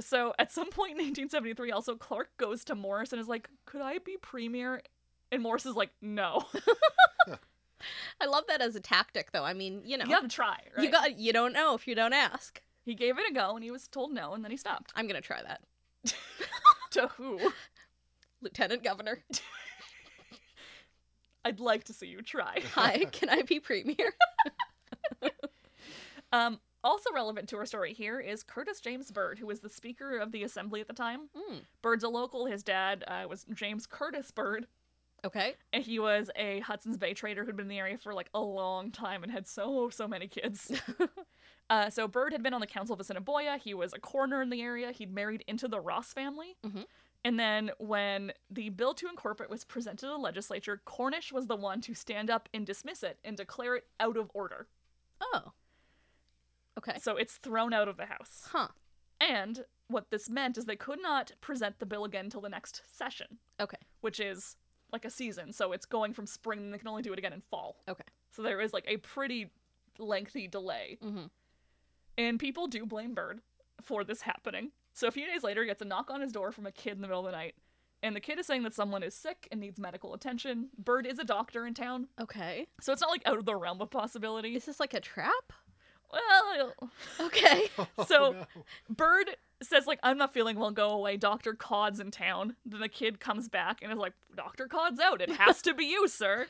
Speaker 1: So at some point in 1873, also, Clark goes to Morris and is like, could I be premier? And Morris is like, no.
Speaker 2: I love that as a tactic, though. I mean, you know,
Speaker 1: you gotta try, right?
Speaker 2: you got you don't know if you don't ask.
Speaker 1: He gave it a go and he was told no, and then he stopped.
Speaker 2: I'm gonna try that,
Speaker 1: to who?
Speaker 2: Lieutenant Governor.
Speaker 1: I'd like to see you try.
Speaker 2: Hi, can I be premier?
Speaker 1: Um, also relevant to our story here is Curtis James Byrd, who was the Speaker of the Assembly at the time.
Speaker 2: Mm.
Speaker 1: Byrd's a local. His dad uh, was James Curtis Byrd,
Speaker 2: Okay.
Speaker 1: and he was a Hudson's Bay trader who'd been in the area for like a long time and had so so many kids. uh, so Byrd had been on the council of Assiniboia. He was a coroner in the area. He'd married into the Ross family.
Speaker 2: Mhm.
Speaker 1: And then when the bill to incorporate was presented to the legislature, Cornish was the one to stand up and dismiss it and declare it out of order.
Speaker 2: Oh. Okay.
Speaker 1: So it's thrown out of the House.
Speaker 2: Huh.
Speaker 1: And what this meant is they could not present the bill again until the next session,
Speaker 2: Okay.
Speaker 1: which is like a season. So it's going from spring, and they can only do it again in fall.
Speaker 2: Okay.
Speaker 1: So there is like a pretty lengthy delay.
Speaker 2: Mhm.
Speaker 1: And people do blame Bird for this happening. So a few days later, he gets a knock on his door from a kid in the middle of the night. And the kid is saying that someone is sick and needs medical attention. Bird is a doctor in town,
Speaker 2: Okay.
Speaker 1: so it's not like out of the realm of possibility.
Speaker 2: Is this like a trap?
Speaker 1: Well,
Speaker 2: Okay.
Speaker 3: Oh,
Speaker 1: So-
Speaker 3: no.
Speaker 1: Bird says like I'm not feeling well, go away. Doctor Cod's in town. Then the kid comes back and is like, Doctor Cod's out. It has to be you, sir.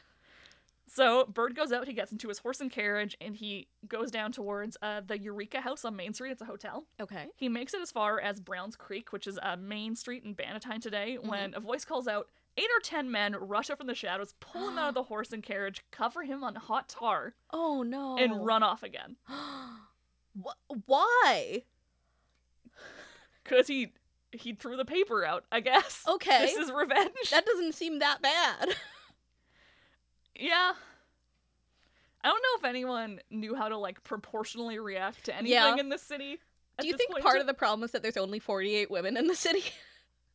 Speaker 1: So Bird goes out. He gets into his horse and carriage and he goes down towards uh, the Eureka House on Main Street. It's a hotel.
Speaker 2: Okay.
Speaker 1: He makes it as far as Browns Creek, which is uh, Main Street in Bannatyne today, when a voice calls out. Eight or ten men rush up from the shadows, pull him out of the horse and carriage, cover him on hot tar,
Speaker 2: Oh no.
Speaker 1: and run off again.
Speaker 2: Wh- Why?
Speaker 1: Cause he he threw the paper out, I guess.
Speaker 2: Okay.
Speaker 1: This is revenge.
Speaker 2: that doesn't seem that bad.
Speaker 1: Yeah. I don't know if anyone knew how to like proportionally react to anything
Speaker 2: Yeah.
Speaker 1: in this city. at
Speaker 2: Do you
Speaker 1: this
Speaker 2: think
Speaker 1: point
Speaker 2: part
Speaker 1: in
Speaker 2: of the problem is that there's only 48 women in the city?
Speaker 1: ti-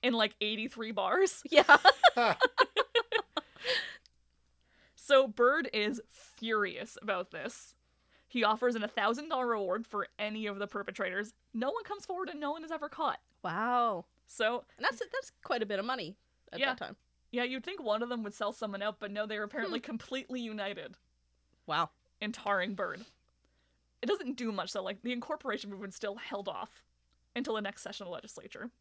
Speaker 1: in like 83 bars?
Speaker 2: yeah.
Speaker 1: So Bird is furious about this. He offers an $1,000 reward for any of the perpetrators. No one comes forward and no one is ever caught.
Speaker 2: Wow.
Speaker 1: So,
Speaker 2: And that's that's quite a bit of money at
Speaker 1: Mm. Yeah.
Speaker 2: that time.
Speaker 1: yeah, you'd think one of them would sell someone out, but no, they're
Speaker 2: Hmm.
Speaker 1: apparently completely united
Speaker 2: Wow.
Speaker 1: in tarring Bird. It doesn't do much, though. Like, the incorporation movement still held off until the next session of the legislature.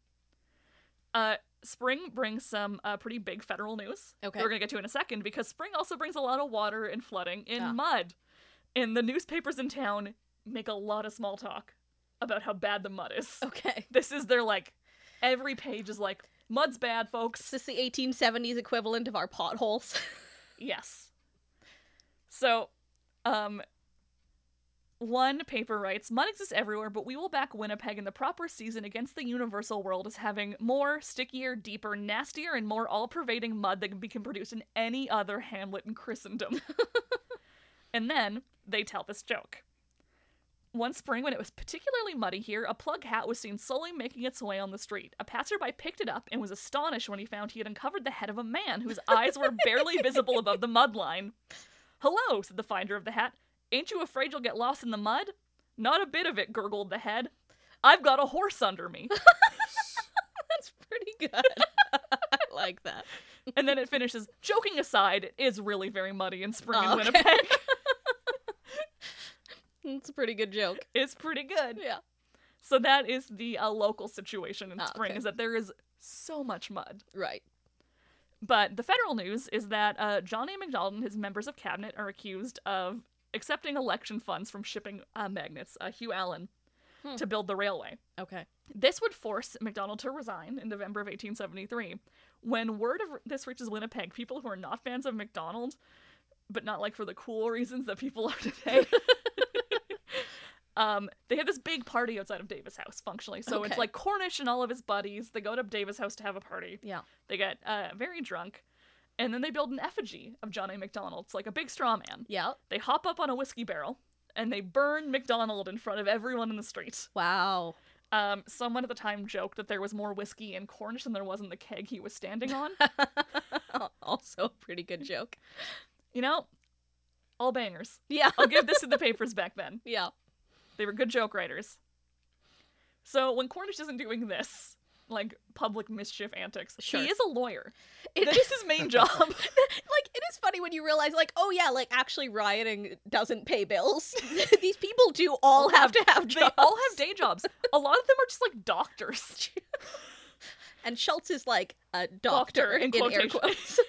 Speaker 1: Uh, spring brings some uh, pretty big federal news. that
Speaker 2: Okay.
Speaker 1: We're going to get to in a second because spring also brings a lot of water and flooding and
Speaker 2: Ah.
Speaker 1: mud. And the newspapers in town make a lot of small talk about how bad the mud is.
Speaker 2: Okay.
Speaker 1: This is their, like, every page is like, mud's bad,
Speaker 2: Is
Speaker 1: folks.
Speaker 2: this the 1870s equivalent of our potholes?
Speaker 1: Yes. So, um, one paper writes Mud exists everywhere, but we will back Winnipeg in the proper season against the universal world as having more, stickier, deeper, nastier, and more all pervading mud that can be can produced in any other hamlet in Christendom. and then they tell this joke. One spring, when it was particularly muddy here, a plug hat was seen slowly making its way on the street. A passerby picked it up and was astonished when he found he had uncovered the head of a man whose eyes were barely visible above the mud line. Hello, said the finder of the hat. Ain't you afraid you'll get lost in the mud? Not a bit of it, gurgled the head. I've got a horse under me.
Speaker 2: that's pretty good. I like that.
Speaker 1: And then it finishes, joking aside, it is really very muddy in spring
Speaker 2: Oh,
Speaker 1: in
Speaker 2: okay.
Speaker 1: Winnipeg.
Speaker 2: It's a pretty good joke.
Speaker 1: it's pretty good.
Speaker 2: Yeah.
Speaker 1: So that is the uh, local situation in
Speaker 2: Ah,
Speaker 1: spring,
Speaker 2: okay.
Speaker 1: is that there is so much mud.
Speaker 2: Right.
Speaker 1: But the federal news is that uh, John A. MacDonald and his members of cabinet are accused of accepting election funds from shipping uh, magnates. Uh, Hugh Allen
Speaker 2: Hmm.
Speaker 1: to build the railway.
Speaker 2: Okay.
Speaker 1: This would force MacDonald to resign in November of 1873. When word of this reaches Winnipeg, people who are not fans of MacDonald, but not like for the cool reasons that people are today, um, they have this big party outside of Davis House, functionally. So it's
Speaker 2: Okay.
Speaker 1: like Cornish and all of his buddies. They go to Davis House to have a party.
Speaker 2: Yeah.
Speaker 1: They get uh, very drunk, and then they build an effigy of John A. MacDonald. It's like a big straw man.
Speaker 2: Yeah.
Speaker 1: They hop up on a whiskey barrel and they burn McDonald in front of everyone in the street.
Speaker 2: Wow.
Speaker 1: Um, someone at the time joked that there was more whiskey in Cornish than there was in the keg he was standing on.
Speaker 2: also a pretty good joke.
Speaker 1: you know, all bangers.
Speaker 2: Yeah.
Speaker 1: I'll give this to the papers back then.
Speaker 2: Yeah.
Speaker 1: They were good joke writers. So when Cornish isn't doing this, like public mischief antics,
Speaker 2: Sure.
Speaker 1: he is a lawyer.
Speaker 2: It
Speaker 1: that is his main job.
Speaker 2: like it is funny when you realize like oh yeah like actually rioting doesn't pay bills these people do all have to have
Speaker 1: they
Speaker 2: jobs
Speaker 1: all have day jobs. A lot of them are just like doctors.
Speaker 2: and schultz is like a
Speaker 1: Doctor,
Speaker 2: doctor,
Speaker 1: in
Speaker 2: in, air
Speaker 1: quotation.
Speaker 2: quotes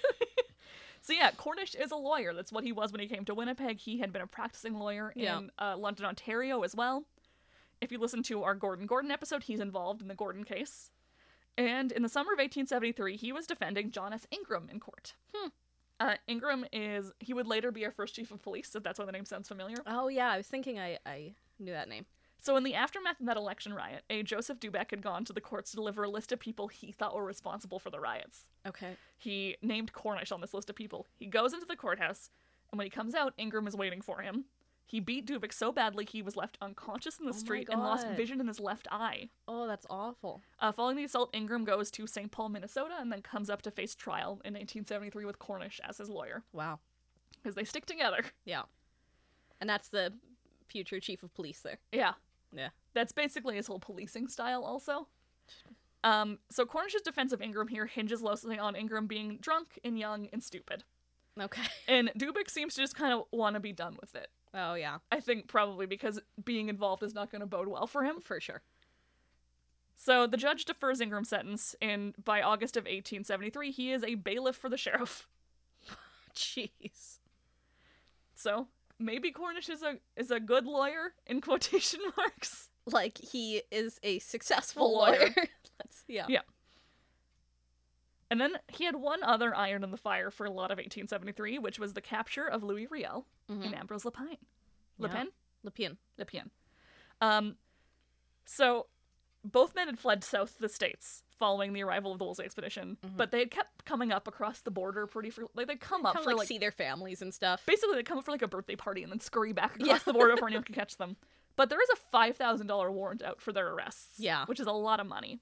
Speaker 1: So yeah, Cornish is a lawyer. That's what he was when he came to Winnipeg. He had been a practicing lawyer
Speaker 2: Yeah.
Speaker 1: in uh, London, Ontario, as well. If you listen to our Gordon Gordon episode, he's involved in the Gordon case. And in the summer of 1873, he was defending John S. Ingram in court.
Speaker 2: Hmm.
Speaker 1: Uh, Ingram is he would later be our first chief of police, if that's why the name sounds familiar.
Speaker 2: oh yeah i was thinking i i knew that name
Speaker 1: So in the aftermath of that election riot, a Joseph Dubeck had gone to the courts to deliver a list of people he thought were responsible for the riots.
Speaker 2: okay
Speaker 1: He named Cornish on this list of people. He goes into the courthouse, and when he comes out, Ingram is waiting for him. He beat Dubik so badly he was left unconscious in the
Speaker 2: Oh my
Speaker 1: street and lost
Speaker 2: God.
Speaker 1: vision in his left eye.
Speaker 2: oh that's awful
Speaker 1: Uh, following the assault, Ingram goes to St. Paul, Minnesota, and then comes up to face trial in 1873 with Cornish as his lawyer
Speaker 2: wow
Speaker 1: because they stick together.
Speaker 2: yeah and that's the future chief of police there
Speaker 1: Yeah.
Speaker 2: Yeah.
Speaker 1: That's basically his whole policing style, also. Um, so Cornish's defense of Ingram here hinges mostly on Ingram being drunk and young and stupid.
Speaker 2: okay
Speaker 1: And Dubik seems to just kind of want to be done with it.
Speaker 2: oh yeah
Speaker 1: I think probably because being involved is not going to bode well for him.
Speaker 2: for sure
Speaker 1: So the judge defers Ingram's sentence, and by August of 1873, he is a bailiff for the sheriff.
Speaker 2: jeez
Speaker 1: So maybe Cornish is a is a good lawyer in quotation marks.
Speaker 2: like he is a successful
Speaker 1: Lawyer.
Speaker 2: lawyer Let's, yeah
Speaker 1: And then he had one other iron in the fire for a lot of 1873, which was the capture of Louis Riel
Speaker 2: Mhm.
Speaker 1: and Ambrose Lepine.
Speaker 2: Yeah.
Speaker 1: Lepine?
Speaker 2: Le Pien.
Speaker 1: Le Pien. Um, so both men had fled south to the states following the arrival of the Wolves expedition,
Speaker 2: Mhm.
Speaker 1: but they had kept coming up across the border pretty for like Mm-hmm. they'd come up
Speaker 2: Kinda,
Speaker 1: for
Speaker 2: like,
Speaker 1: like
Speaker 2: see their families and stuff
Speaker 1: basically they'd come up for like a birthday party and then scurry back across
Speaker 2: Yeah.
Speaker 1: the border before anyone could catch them. But there is a five thousand dollar warrant out for their arrests.
Speaker 2: Yeah.
Speaker 1: Which is a lot of money.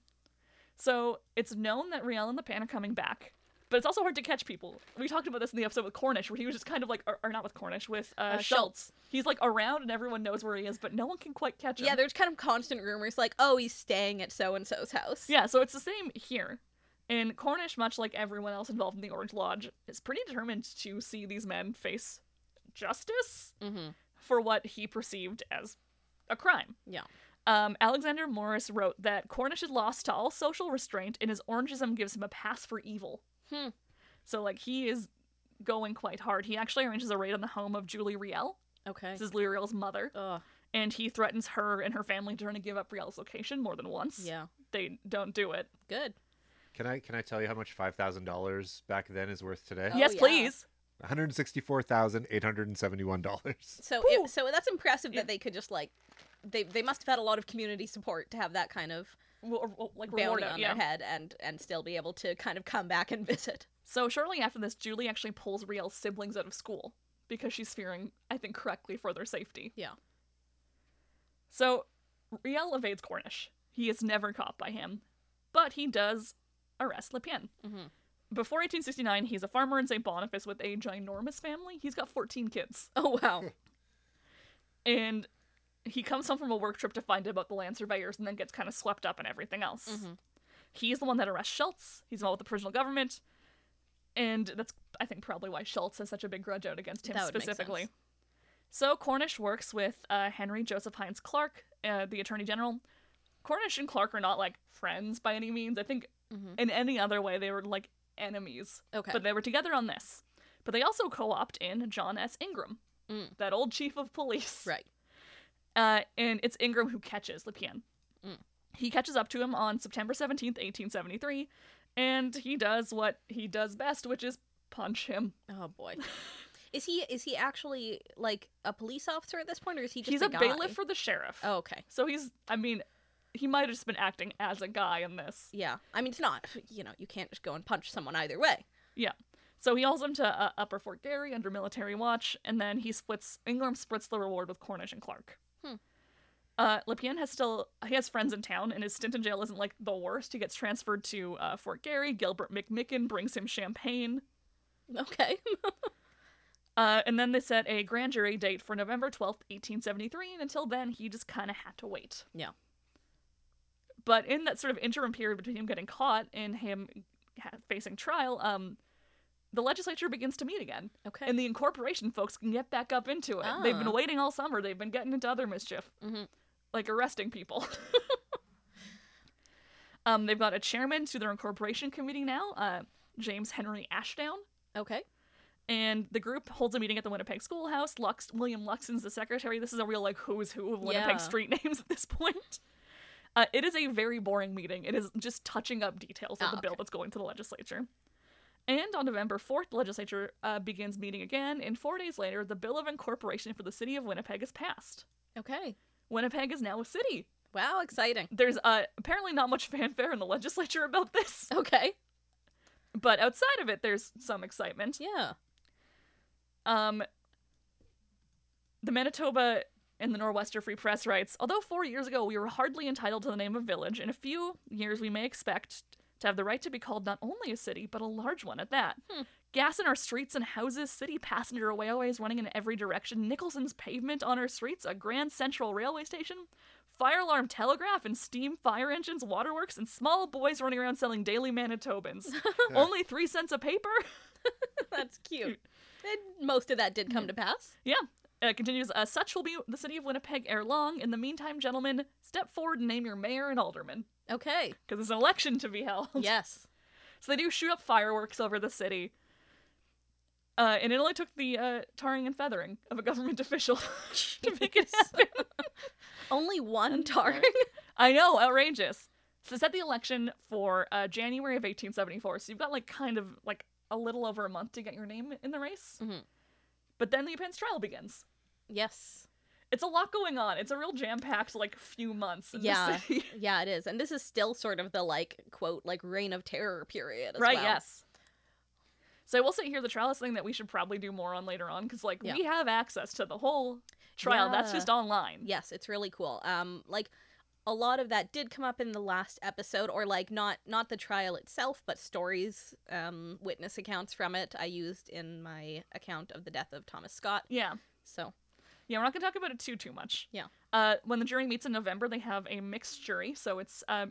Speaker 1: So it's known that Riel and the Pan are coming back. But it's also hard to catch people. We talked about this in the episode with Cornish, where he was just kind of like, or, or not with Cornish, with uh,
Speaker 2: Uh,
Speaker 1: Schultz.
Speaker 2: Schultz.
Speaker 1: He's like around and everyone knows where he is, but no one can quite catch him.
Speaker 2: Yeah, there's kind of constant rumors like, oh, he's staying at so and so's house.
Speaker 1: Yeah, so it's the same here. And Cornish, much like everyone else involved in the Orange Lodge, is pretty determined to see these men face justice
Speaker 2: Mm-hmm.
Speaker 1: for what he perceived as a crime.
Speaker 2: Yeah.
Speaker 1: Um, Alexander Morris wrote that Cornish is lost to all social restraint, and his Orangism gives him a pass for evil.
Speaker 2: Hmm.
Speaker 1: So, like, he is going quite hard. He actually arranges a raid on the home of Julie Riel.
Speaker 2: Okay.
Speaker 1: This is Louis Riel's mother,
Speaker 2: Ugh.
Speaker 1: and he threatens her and her family to try to give up Riel's location more than once.
Speaker 2: Yeah.
Speaker 1: They don't do it.
Speaker 2: Good.
Speaker 3: Can I can I tell you how much five thousand dollars back then is worth today?
Speaker 2: Oh,
Speaker 1: yes,
Speaker 2: yeah.
Speaker 1: please.
Speaker 3: One hundred sixty four thousand eight hundred seventy one dollars.
Speaker 2: So,
Speaker 1: Whew.
Speaker 2: it, so that's impressive
Speaker 1: Yeah.
Speaker 2: that they could just like, they they must have had a lot of community support to have that kind of
Speaker 1: Well, or- or, like reward
Speaker 2: bounty
Speaker 1: out,
Speaker 2: on
Speaker 1: yeah.
Speaker 2: their head and and still be able to kind of come back and visit.
Speaker 1: So shortly after this, Julie actually pulls Riel's siblings out of school because she's fearing, I think correctly, for their safety.
Speaker 2: Yeah.
Speaker 1: So Riel evades Cornish. He is never caught by him, but he does arrest Le Pien.
Speaker 2: Mm-hmm.
Speaker 1: Before 1869, he's a farmer in St. Boniface with a ginormous family. He's got 14 kids.
Speaker 2: Oh wow.
Speaker 1: And he comes home from a work trip to find out about the land surveyors and then gets kind of swept up in everything else.
Speaker 2: Mhm.
Speaker 1: He's the one that arrests Schultz. He's involved with the provisional government. And that's, I think, probably why Schultz has such a big grudge out against him
Speaker 2: That would make
Speaker 1: specifically.
Speaker 2: sense.
Speaker 1: So Cornish works with uh, Henry Joseph Hines Clark, uh, the attorney general. Cornish and Clark are not like friends by any means. I think
Speaker 2: Mhm.
Speaker 1: in any other way, they were like enemies.
Speaker 2: Okay.
Speaker 1: But they were together on this. But they also co opt in John S. Ingram,
Speaker 2: Mm.
Speaker 1: that old chief of police.
Speaker 2: right.
Speaker 1: Uh, and it's Ingram who catches Le Pien.
Speaker 2: Mm.
Speaker 1: He catches up to him on September 17th, 1873, and he does what he does best, which is punch him.
Speaker 2: Oh boy. Is he is he actually like a police officer at this point, or is he just
Speaker 1: He's
Speaker 2: a,
Speaker 1: a,
Speaker 2: guy?
Speaker 1: bailiff for the sheriff.
Speaker 2: Oh, okay.
Speaker 1: So he's, I mean, he might have just been acting as a guy in this.
Speaker 2: Yeah. I mean, it's not. You know, you can't just go and punch someone either way.
Speaker 1: So he hauls him to uh, Upper Fort Gary under military watch, and then he splits. Ingram splits the reward with Cornish and Clark.
Speaker 2: Hmm.
Speaker 1: Uh, Lepien has still he has friends in town, and his stint in jail isn't like the worst. He gets transferred to uh, Fort Gary. Gilbert McMicken brings him champagne,
Speaker 2: Okay.
Speaker 1: uh, and then they set a grand jury date for November twelfth, eighteen seventy three. And until then, he just kind of had to wait.
Speaker 2: Yeah.
Speaker 1: But in that sort of interim period between him getting caught and him ha- facing trial, um, the legislature begins to meet again.
Speaker 2: Okay.
Speaker 1: and the incorporation folks can get back up into it. They've
Speaker 2: Ah.
Speaker 1: been waiting all summer. They've been getting into other mischief,
Speaker 2: Mhm.
Speaker 1: like arresting people. um, they've got a chairman to their incorporation committee now, uh, James Henry Ashdown,
Speaker 2: okay.
Speaker 1: and the group holds a meeting at the Winnipeg Schoolhouse. Lux William Luxon's the secretary. This is a real like who's who of Winnipeg
Speaker 2: Yeah.
Speaker 1: street names at this point. Uh, it is a very boring meeting. It is just touching up details of
Speaker 2: Ah,
Speaker 1: the bill
Speaker 2: okay.
Speaker 1: that's going to the legislature. And on November 4th, the legislature uh, begins meeting again, and four days later, the Bill of Incorporation for the City of Winnipeg is passed.
Speaker 2: Okay.
Speaker 1: Winnipeg is now a city.
Speaker 2: Wow. Exciting.
Speaker 1: There's uh, apparently not much fanfare in the legislature about this,
Speaker 2: Okay.
Speaker 1: but outside of it, there's some excitement.
Speaker 2: Yeah.
Speaker 1: Um, the Manitoba and the Nor'wester Free Press writes Although four years ago we were hardly entitled to the name of village, in a few years we may expect to have the right to be called not only a city, but a large one at that.
Speaker 2: Hmm.
Speaker 1: Gas in our streets and houses, city passenger railways running in every direction, Nicholson's pavement on our streets, a grand central railway station, fire alarm telegraph, and steam fire engines, waterworks, and small boys running around selling daily Manitobans. Only three cents a paper?
Speaker 2: That's cute. Mm. And most of that did come to pass.
Speaker 1: Uh, continues, uh, such will be the city of Winnipeg ere long. In the meantime, gentlemen, step forward and name your mayor and alderman,
Speaker 2: Okay.
Speaker 1: because there's an election to be held.
Speaker 2: Yes.
Speaker 1: So they do shoot up fireworks over the city. Uh, and it only took the uh, tarring and feathering of a government official to make it happen.
Speaker 2: Only one tarring.
Speaker 1: I know, outrageous. So set the election for uh, January of 1874. So you've got like kind of like a little over a month to get your name in the race.
Speaker 2: Mhm.
Speaker 1: But then the Pence trial begins.
Speaker 2: yes.
Speaker 1: It's a lot going on. It's a real jam-packed like few months. In the
Speaker 2: Yeah.
Speaker 1: city.
Speaker 2: Yeah, it is. And this is still sort of the like quote like reign of terror period as
Speaker 1: right
Speaker 2: well.
Speaker 1: yes so i will say here the trial is something that we should probably do more on later on because like
Speaker 2: Yeah.
Speaker 1: we have access to the whole trial that's
Speaker 2: Yeah.
Speaker 1: just online
Speaker 2: Yes, it's really cool. Um like a lot of that did come up in the last episode or like not not the trial itself but stories um witness accounts from it I used in my account of the death of Thomas Scott.
Speaker 1: yeah
Speaker 2: So,
Speaker 1: yeah we're not going to talk about it too too much
Speaker 2: Yeah.
Speaker 1: uh, when the jury meets in november they have a mixed jury so it's uh,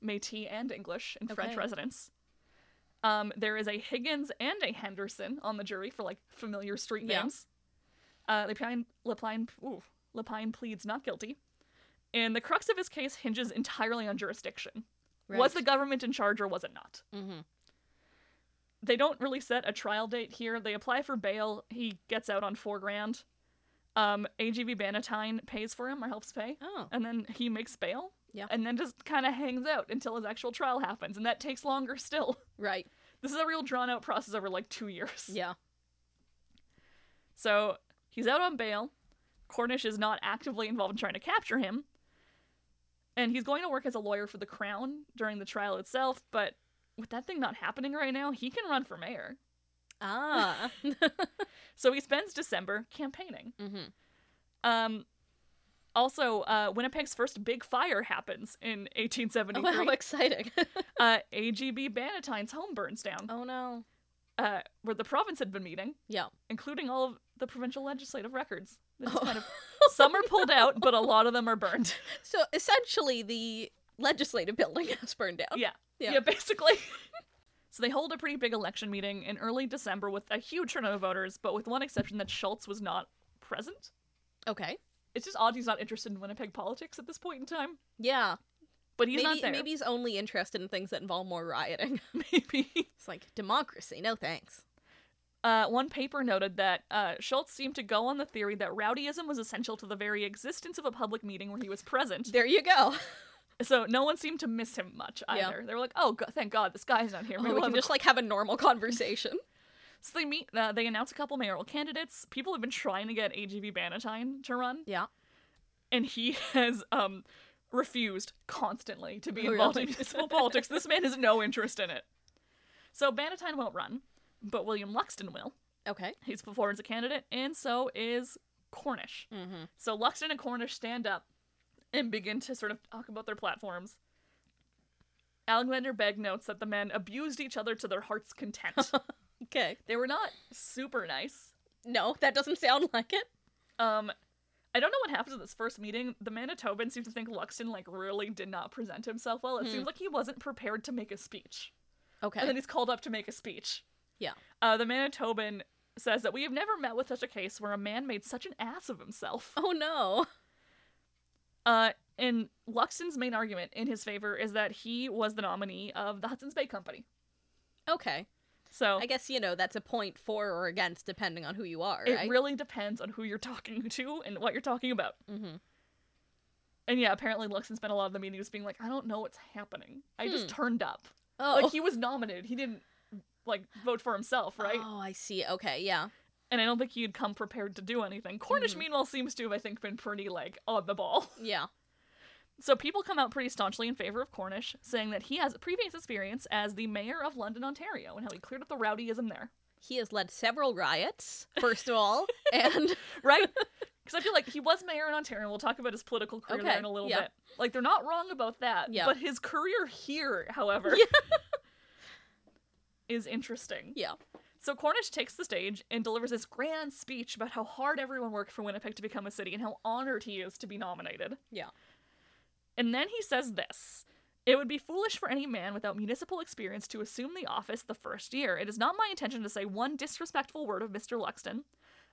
Speaker 1: metis and english and french
Speaker 2: Okay.
Speaker 1: residents um, there is a higgins and a henderson on the jury for like familiar street
Speaker 2: Yeah.
Speaker 1: names uh, lepine lepine ooh, lepine pleads not guilty and the crux of his case hinges entirely on jurisdiction Was the government in charge or was it not?
Speaker 2: Mhm.
Speaker 1: They don't really set a trial date here. They apply for bail. He gets out on four grand. Um, AGV Bannatyne pays for him or helps pay.
Speaker 2: Oh.
Speaker 1: And then he makes bail.
Speaker 2: Yeah.
Speaker 1: And then just kind of hangs out until his actual trial happens. And that takes longer still.
Speaker 2: Right.
Speaker 1: This is a real drawn out process over like two years.
Speaker 2: Yeah.
Speaker 1: So he's out on bail. Cornish is not actively involved in trying to capture him. And he's going to work as a lawyer for the Crown during the trial itself, but with that thing not happening right now, he can run for mayor.
Speaker 2: Ah.
Speaker 1: So he spends December campaigning.
Speaker 2: mhm.
Speaker 1: Um, also, uh, Winnipeg's first big fire happens in 1873.
Speaker 2: Wow, Oh, exciting.
Speaker 1: uh, AGB Bannatyne's home burns down,
Speaker 2: oh no.
Speaker 1: uh, where the province had been meeting,
Speaker 2: Yeah.
Speaker 1: including all of the provincial legislative records. They just
Speaker 2: Oh.
Speaker 1: kind of- some are pulled out, but a lot of them are burned.
Speaker 2: So essentially, the legislative building has burned down.
Speaker 1: Yeah.
Speaker 2: Yeah.
Speaker 1: Yeah, basically. so they hold a pretty big election meeting in early December with a huge turnout of voters, but with one exception that Schultz was not present.
Speaker 2: Okay.
Speaker 1: It's just odd he's not interested in Winnipeg politics at this point in time,
Speaker 2: Yeah.
Speaker 1: but he's
Speaker 2: maybe,
Speaker 1: not there.
Speaker 2: maybe he's only interested in things that involve more rioting.
Speaker 1: maybe.
Speaker 2: It's like democracy. No thanks.
Speaker 1: Uh, one paper noted that uh, Schultz seemed to go on the theory that rowdyism was essential to the very existence of a public meeting where he was present.
Speaker 2: There you go.
Speaker 1: So no one seemed to miss him much
Speaker 2: Yeah.
Speaker 1: either. They were like, "Oh, go- thank God, this guy's not here."
Speaker 2: Oh,
Speaker 1: Maybe
Speaker 2: we
Speaker 1: we'll
Speaker 2: can
Speaker 1: have a
Speaker 2: just like have a normal conversation.
Speaker 1: So they meet. Uh, they announce a couple mayoral candidates. People have been trying to get AGV Bannatyne to run,
Speaker 2: Yeah.
Speaker 1: and he has um, refused constantly to be
Speaker 2: Oh,
Speaker 1: involved in
Speaker 2: really?
Speaker 1: municipal politics. This man has no interest in it. So Bannatyne won't run, but William Luxton will.
Speaker 2: Okay.
Speaker 1: He's before as a candidate, and so is Cornish.
Speaker 2: Mm-hmm.
Speaker 1: So Luxton and Cornish stand up and begin to sort of talk about their platforms. Alexander Begg notes that the men abused each other to their heart's content.
Speaker 2: Okay.
Speaker 1: they were not super nice.
Speaker 2: No, that doesn't sound like it.
Speaker 1: Um, I don't know what happens at this first meeting. The Manitoban seems to think Luxton like really did not present himself well. It
Speaker 2: Hmm.
Speaker 1: seems like he wasn't prepared to make a speech,
Speaker 2: Okay.
Speaker 1: and then he's called up to make a speech.
Speaker 2: Yeah.
Speaker 1: Uh, the Manitoban says that we have never met with such a case where a man made such an ass of himself.
Speaker 2: Oh no.
Speaker 1: Uh, and Luxton's main argument in his favor is that he was the nominee of the Hudson's Bay Company.
Speaker 2: Okay.
Speaker 1: So
Speaker 2: I guess you know that's a point for or against depending on who you are,
Speaker 1: it
Speaker 2: right?
Speaker 1: really depends on who you're talking to and what you're talking about.
Speaker 2: mm-hmm.
Speaker 1: And yeah, apparently Luxton spent a lot of the meeting just being like, I don't know what's happening. I just
Speaker 2: Hmm.
Speaker 1: turned up.
Speaker 2: Oh.
Speaker 1: Like he was nominated. He didn't like vote for himself, right?
Speaker 2: Oh, I see. Okay, yeah.
Speaker 1: And I don't think he had come prepared to do anything. Cornish
Speaker 2: Mhm.
Speaker 1: meanwhile seems to have I think been pretty like on the ball.
Speaker 2: Yeah.
Speaker 1: So people come out pretty staunchly in favor of Cornish, saying that he has previous experience as the mayor of London, Ontario, and how he cleared up the rowdyism there.
Speaker 2: He has led several riots, first of all, and
Speaker 1: Right? Because I feel like he was mayor in Ontario, and we'll talk about his political career there
Speaker 2: Okay,
Speaker 1: in a little
Speaker 2: yeah.
Speaker 1: bit. Like they're not wrong about that.
Speaker 2: Yeah.
Speaker 1: But his career here, however, is interesting.
Speaker 2: yeah.
Speaker 1: So Cornish takes the stage and delivers this grand speech about how hard everyone worked for Winnipeg to become a city and how honored he is to be nominated.
Speaker 2: Yeah.
Speaker 1: And then he says this It would be foolish for any man without municipal experience to assume the office the first year. It is not my intention to say one disrespectful word of Mr. Luxton.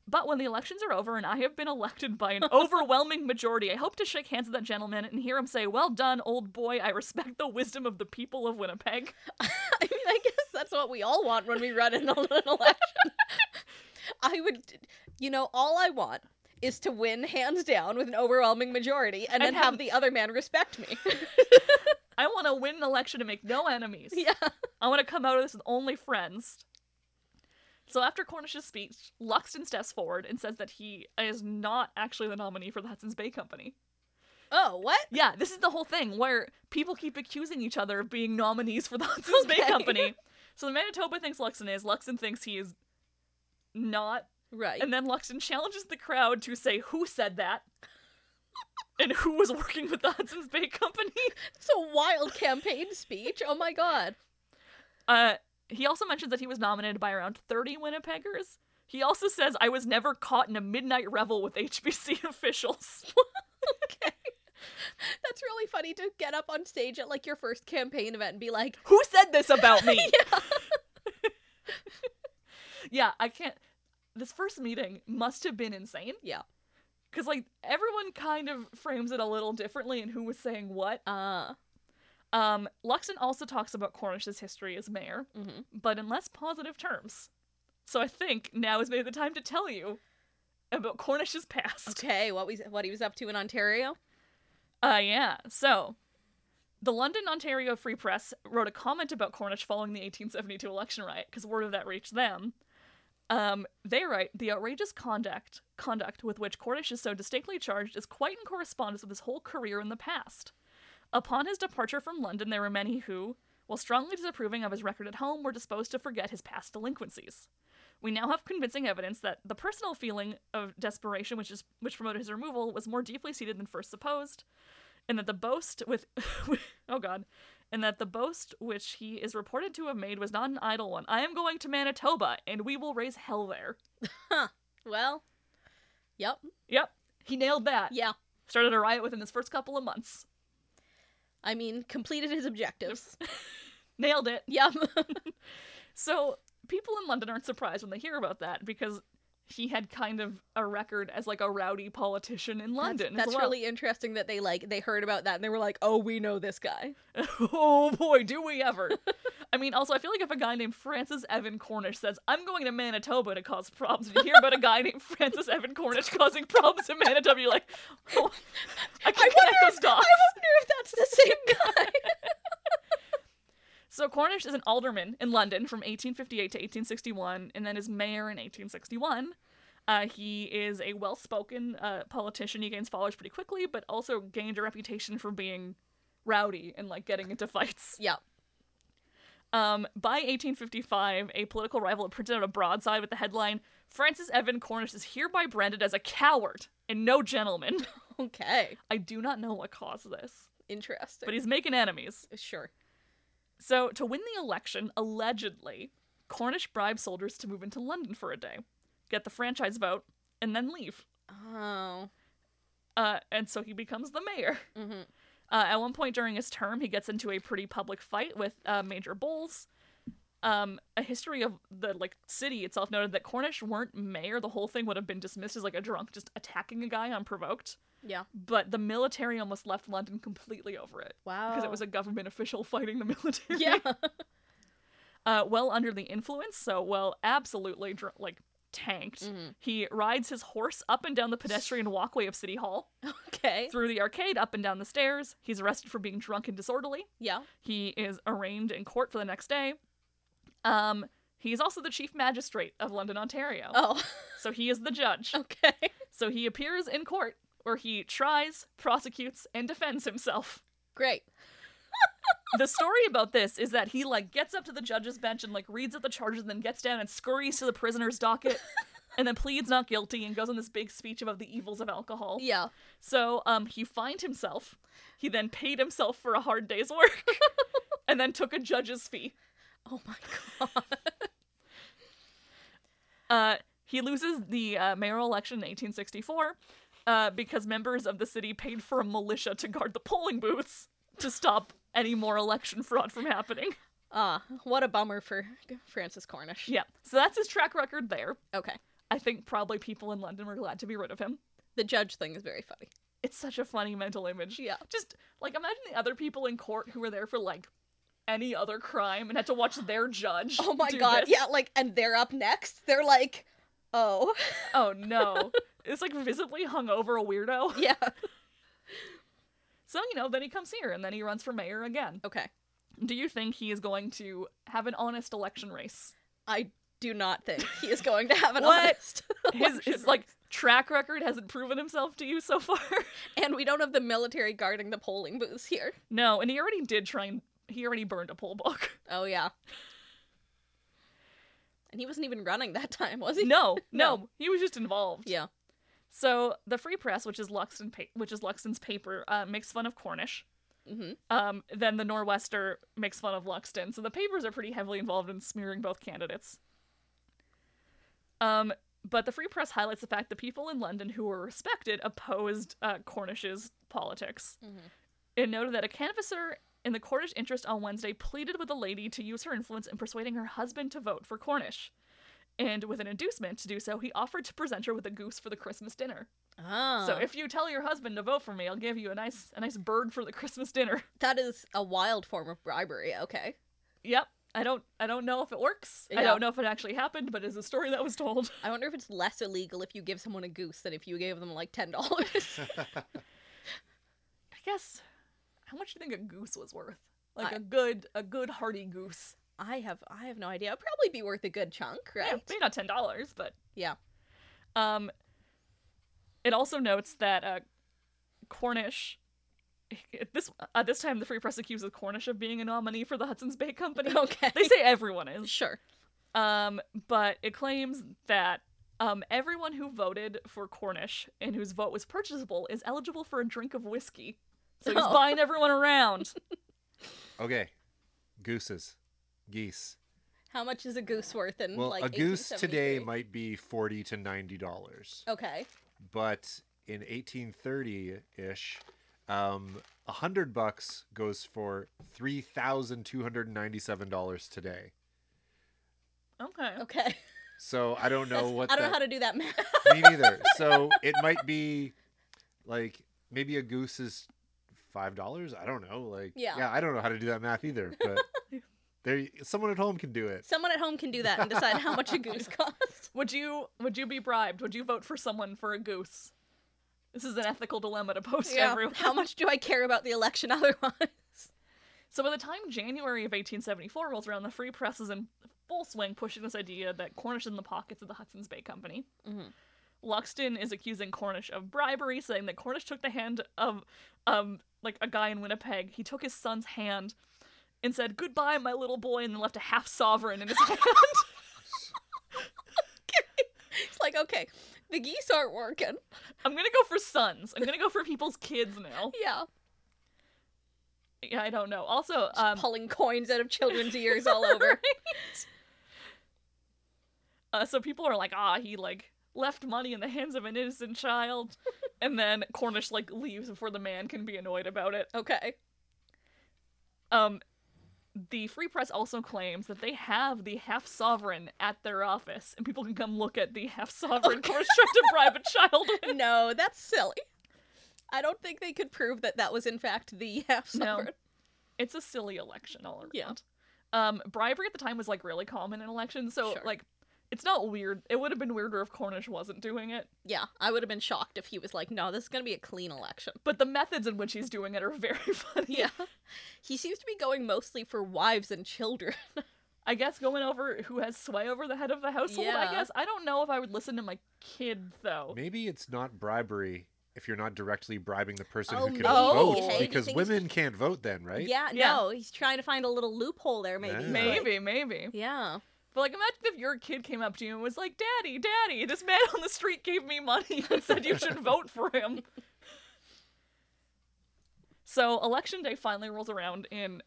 Speaker 1: But when the elections are over and I have been elected by an overwhelming majority, I hope to shake hands with that gentleman and hear him say, Well done, old boy. I respect the wisdom of the people of Winnipeg.
Speaker 2: I mean, I guess that's what we all want when we run in an election. I would, you know, all I want is to win hands down with an overwhelming majority
Speaker 1: And
Speaker 2: and then have,
Speaker 1: have-
Speaker 2: the other man respect me.
Speaker 1: I want to win an election and make no enemies.
Speaker 2: yeah.
Speaker 1: I want to come out of this with only friends. So after Cornish's speech, Luxton steps forward and says that he is not actually the nominee for the Hudson's Bay Company.
Speaker 2: Oh, what?
Speaker 1: Yeah, this is the whole thing where people keep accusing each other of being nominees for the Hudson's Bay
Speaker 2: Okay.
Speaker 1: Company. So the Manitoba thinks Luxton is, Luxton thinks he is not,
Speaker 2: Right.
Speaker 1: and then Luxton challenges the crowd to say who said that and who was working with the Hudson's Bay Company.
Speaker 2: It's a wild campaign speech. Oh my god.
Speaker 1: Uh, he also mentions that he was nominated by around 30 Winnipeggers. He also says, I was never caught in a midnight revel with HBC officials.
Speaker 2: Okay. That's really funny to get up on stage at like your first campaign event and be like,
Speaker 1: Who said this about me? yeah. I can't. This first meeting must have been insane.
Speaker 2: Yeah.
Speaker 1: Because, like, everyone kind of frames it a little differently in who was saying what.
Speaker 2: uh,
Speaker 1: Um, Luxon also talks about Cornish's history as mayor,
Speaker 2: mhm.
Speaker 1: but in less positive terms. So I think now is maybe the time to tell you about Cornish's past.
Speaker 2: okay, what was what he was up to in Ontario?
Speaker 1: Uh, yeah. So, the London, Ontario Free Press wrote a comment about Cornish following the 1872 election riot because word of that reached them. Um, they write the outrageous conduct conduct with which Cornish is so distinctly charged is quite in correspondence with his whole career in the past. Upon his departure from London, there were many who, while strongly disapproving of his record at home, were disposed to forget his past delinquencies. We now have convincing evidence that the personal feeling of desperation, which is which promoted his removal, was more deeply seated than first supposed and that the boast with oh god and that the boast which he is reported to have made was not an idle one i am going to manitoba and we will raise hell there
Speaker 2: Well, yep.
Speaker 1: yep he nailed that
Speaker 2: Yeah.
Speaker 1: started a riot within his first couple of months
Speaker 2: I mean, completed his objectives.
Speaker 1: nailed it
Speaker 2: yep.
Speaker 1: so people in london aren't surprised when they hear about that because he had kind of a record as like a rowdy politician in
Speaker 2: That's-
Speaker 1: London. as
Speaker 2: That's,
Speaker 1: well.
Speaker 2: really interesting that they like they heard about that and they were like, "Oh, we know this guy."
Speaker 1: oh boy, do we ever. I mean, also, I feel like if a guy named Francis Evan Cornish says, I'm going to Manitoba to cause problems, and you hear about a guy named Francis Evan Cornish causing problems in Manitoba, you're like, oh, I can
Speaker 2: I
Speaker 1: connect
Speaker 2: wonder
Speaker 1: those dots.
Speaker 2: I wonder if that's the same guy.
Speaker 1: So Cornish is an alderman in London from 1858 to 1861, and then is mayor in 1861. Uh, he is a well-spoken uh, politician. He gains followers pretty quickly, but also gained a reputation for being rowdy and like getting into fights.
Speaker 2: yeah.
Speaker 1: Um, by 1855, a political rival had printed out a broadside with the headline "Francis Evan Cornish is hereby branded as a coward and no gentleman."
Speaker 2: Okay.
Speaker 1: I do not know what caused this,
Speaker 2: Interesting.
Speaker 1: but he's making enemies.
Speaker 2: sure.
Speaker 1: So, to win the election, allegedly, Cornish bribed soldiers to move into London for a day, get the franchise vote, and then leave.
Speaker 2: Oh.
Speaker 1: Uh, and so he becomes the mayor.
Speaker 2: Mm-hmm.
Speaker 1: Uh, at one point during his term, he gets into a pretty public fight with uh, Major Bowles. Um, a history of the like city itself noted that Cornish weren't mayor, the whole thing would have been dismissed as like a drunk just attacking a guy unprovoked.
Speaker 2: Yeah.
Speaker 1: But the military almost left London completely over it
Speaker 2: Wow.
Speaker 1: because it was a government official fighting the military.
Speaker 2: Oh. yeah.
Speaker 1: uh, well under the influence, so well, absolutely dr- like tanked.
Speaker 2: Mhm.
Speaker 1: He rides his horse up and down the pedestrian walkway of City Hall,
Speaker 2: Okay.
Speaker 1: through the arcade, up and down the stairs. He's arrested for being drunk and disorderly.
Speaker 2: Yeah.
Speaker 1: He is arraigned in court for the next day. Um, he is also the chief magistrate of London, Ontario.
Speaker 2: Oh.
Speaker 1: So he is the judge.
Speaker 2: Okay.
Speaker 1: So he appears in court where he tries, prosecutes, and defends himself.
Speaker 2: Great.
Speaker 1: the story about this is that he like gets up to the judge's bench and like reads out the charges and then gets down and scurries to the prisoner's docket and then pleads not guilty and goes on this big speech about the evils of alcohol.
Speaker 2: Yeah.
Speaker 1: So um he fined himself. He then paid himself for a hard day's work and then took a judge's fee.
Speaker 2: Oh my god.
Speaker 1: Uh he loses the uh, mayoral election in 1864 uh, because members of the city paid for a militia to guard the polling booths to stop any more election fraud from happening.
Speaker 2: Ah, what a bummer for Francis Cornish.
Speaker 1: Yeah. So that's his track record there.
Speaker 2: Okay.
Speaker 1: I think probably people in London were glad to be rid of him.
Speaker 2: The judge thing is very funny.
Speaker 1: It's such a funny mental image.
Speaker 2: Yeah.
Speaker 1: Just like imagine the other people in court who were there for like any other crime and had to watch their judge.
Speaker 2: Oh my
Speaker 1: do
Speaker 2: god.
Speaker 1: this.
Speaker 2: Yeah, like and they're up next. They're like, "Oh."
Speaker 1: Oh no. it's like visibly hung over a weirdo.
Speaker 2: Yeah.
Speaker 1: So, you know, then he comes here and then he runs for mayor again.
Speaker 2: Okay.
Speaker 1: Do you think he is going to have an honest election race?
Speaker 2: I do not think he is going to have an
Speaker 1: What?
Speaker 2: honest.
Speaker 1: His,
Speaker 2: election
Speaker 1: his like track record hasn't proven himself to you so far.
Speaker 2: and we don't have the military guarding the polling booths here.
Speaker 1: no, and he already did try and he already burned a poll book.
Speaker 2: Oh yeah. And he wasn't even running that time, was he?
Speaker 1: No, no,
Speaker 2: No.
Speaker 1: he was just involved.
Speaker 2: Yeah.
Speaker 1: So the Free Press, which is Luxton, pa- which is Luxton's paper, uh, makes fun of Cornish.
Speaker 2: Mm-hmm.
Speaker 1: Um, then the Nor'wester makes fun of Luxton. So the papers are pretty heavily involved in smearing both candidates. Um, but the Free Press highlights the fact that people in London who were respected opposed uh, Cornish's politics.
Speaker 2: Mhm.
Speaker 1: It noted that a canvasser in the Cornish interest on Wednesday pleaded with a lady to use her influence in persuading her husband to vote for Cornish. And with an inducement to do so, he offered to present her with a goose for the Christmas dinner.
Speaker 2: Oh.
Speaker 1: So if you tell your husband to vote for me, I'll give you a nice a nice bird for the Christmas dinner.
Speaker 2: that is a wild form of bribery, okay.
Speaker 1: Yep. I don't I don't know if it works. I
Speaker 2: Yeah.
Speaker 1: don't know if it actually happened, but it's a story that was told.
Speaker 2: I wonder if it's less illegal if you give someone a goose than if you gave them like ten dollars.
Speaker 1: I guess how much do you think a goose was worth? Like
Speaker 2: I-
Speaker 1: a good a good hearty goose.
Speaker 2: I have I have no idea. It'd probably be worth a good chunk,
Speaker 1: Yeah,
Speaker 2: right?
Speaker 1: maybe not ten dollars, but
Speaker 2: Yeah.
Speaker 1: Um it also notes that uh Cornish this uh, this time the Free Press accuses Cornish of being a nominee for the Hudson's Bay Company.
Speaker 2: Okay.
Speaker 1: They say everyone is.
Speaker 2: Sure.
Speaker 1: Um, but it claims that um, everyone who voted for Cornish and whose vote was purchasable is eligible for a drink of whiskey. So he's
Speaker 2: Oh.
Speaker 1: buying everyone around.
Speaker 3: okay, gooses, geese.
Speaker 2: How much is a goose worth in
Speaker 3: Well,
Speaker 2: Mm, like
Speaker 3: a goose today
Speaker 2: 1873?
Speaker 3: might be forty to ninety dollars,
Speaker 2: Okay.
Speaker 3: but in eighteen thirty ish, um, a hundred bucks goes for three thousand two hundred ninety-seven dollars today.
Speaker 1: Okay.
Speaker 2: Okay.
Speaker 3: So I don't know
Speaker 2: That's-
Speaker 3: what
Speaker 2: I don't
Speaker 3: that
Speaker 2: know how to do that math.
Speaker 3: Me neither. So it might be like maybe a goose is five dollars. I don't know. Like
Speaker 2: Yeah.
Speaker 3: I don't know how to do that math either. But there, someone at home can do it.
Speaker 2: Someone at home can do that and decide how much a goose costs.
Speaker 1: Would you would you be bribed? Would you vote for someone for a goose? This is an ethical dilemma to post to everyone.
Speaker 2: How much do I care about the election otherwise?
Speaker 1: So by the time January of 1874 rolls around, the Free Press is in full swing pushing this idea that Cornish is in the pockets of the Hudson's Bay Company.
Speaker 2: Mhm.
Speaker 1: Luxton is accusing Cornish of bribery, saying that Cornish took the hand of um like a guy in Winnipeg. He took his son's hand and said, Goodbye, my little boy, and then left a half sovereign in his hand.
Speaker 2: It's like, okay, the geese aren't working.
Speaker 1: I'm gonna go for sons. I'm gonna go for people's kids now.
Speaker 2: Yeah.
Speaker 1: Yeah, I don't know. Also,
Speaker 2: Just
Speaker 1: um,
Speaker 2: pulling coins out of children's ears all over.
Speaker 1: Uh, so people are like, ah, he like left money in the hands of an innocent child, and then Cornish like leaves before the man can be annoyed about it.
Speaker 2: okay.
Speaker 1: Um, the Free Press also claims that they have the half sovereign at their office, and people can come look at the half sovereign Cornish tried to bribe a child. with.
Speaker 2: No, that's silly. I don't think they could prove that that was in fact the half
Speaker 1: No.
Speaker 2: sovereign.
Speaker 1: It's a silly election all around.
Speaker 2: Yeah.
Speaker 1: Um, bribery at the time was like really common in elections, so
Speaker 2: Sure.
Speaker 1: like. It's not weird. It would have been weirder if Cornish wasn't doing it,
Speaker 2: Yeah, I would have been shocked if he was like, "No, this is going to be a clean election."
Speaker 1: but the methods in which he's doing it are very funny.
Speaker 2: Yeah. he seems to be going mostly for wives and children.
Speaker 1: I guess going over who has sway over the head of the household. I
Speaker 2: Yeah.
Speaker 1: guess I don't know if I would listen to my kid though.
Speaker 3: Maybe it's not bribery if you're not directly bribing the person
Speaker 2: Oh,
Speaker 3: who can
Speaker 1: maybe.
Speaker 3: vote
Speaker 1: Hey, do you
Speaker 3: because
Speaker 2: think-
Speaker 3: women can't vote then, right?
Speaker 2: Yeah,
Speaker 1: Yeah.
Speaker 2: no, he's trying to find a little loophole there maybe.
Speaker 3: Yeah.
Speaker 1: Maybe, maybe.
Speaker 2: Yeah.
Speaker 1: But like, imagine if your kid came up to you and was like, "Daddy, Daddy, this man on the street gave me money and said you should vote for him." so election day finally rolls around in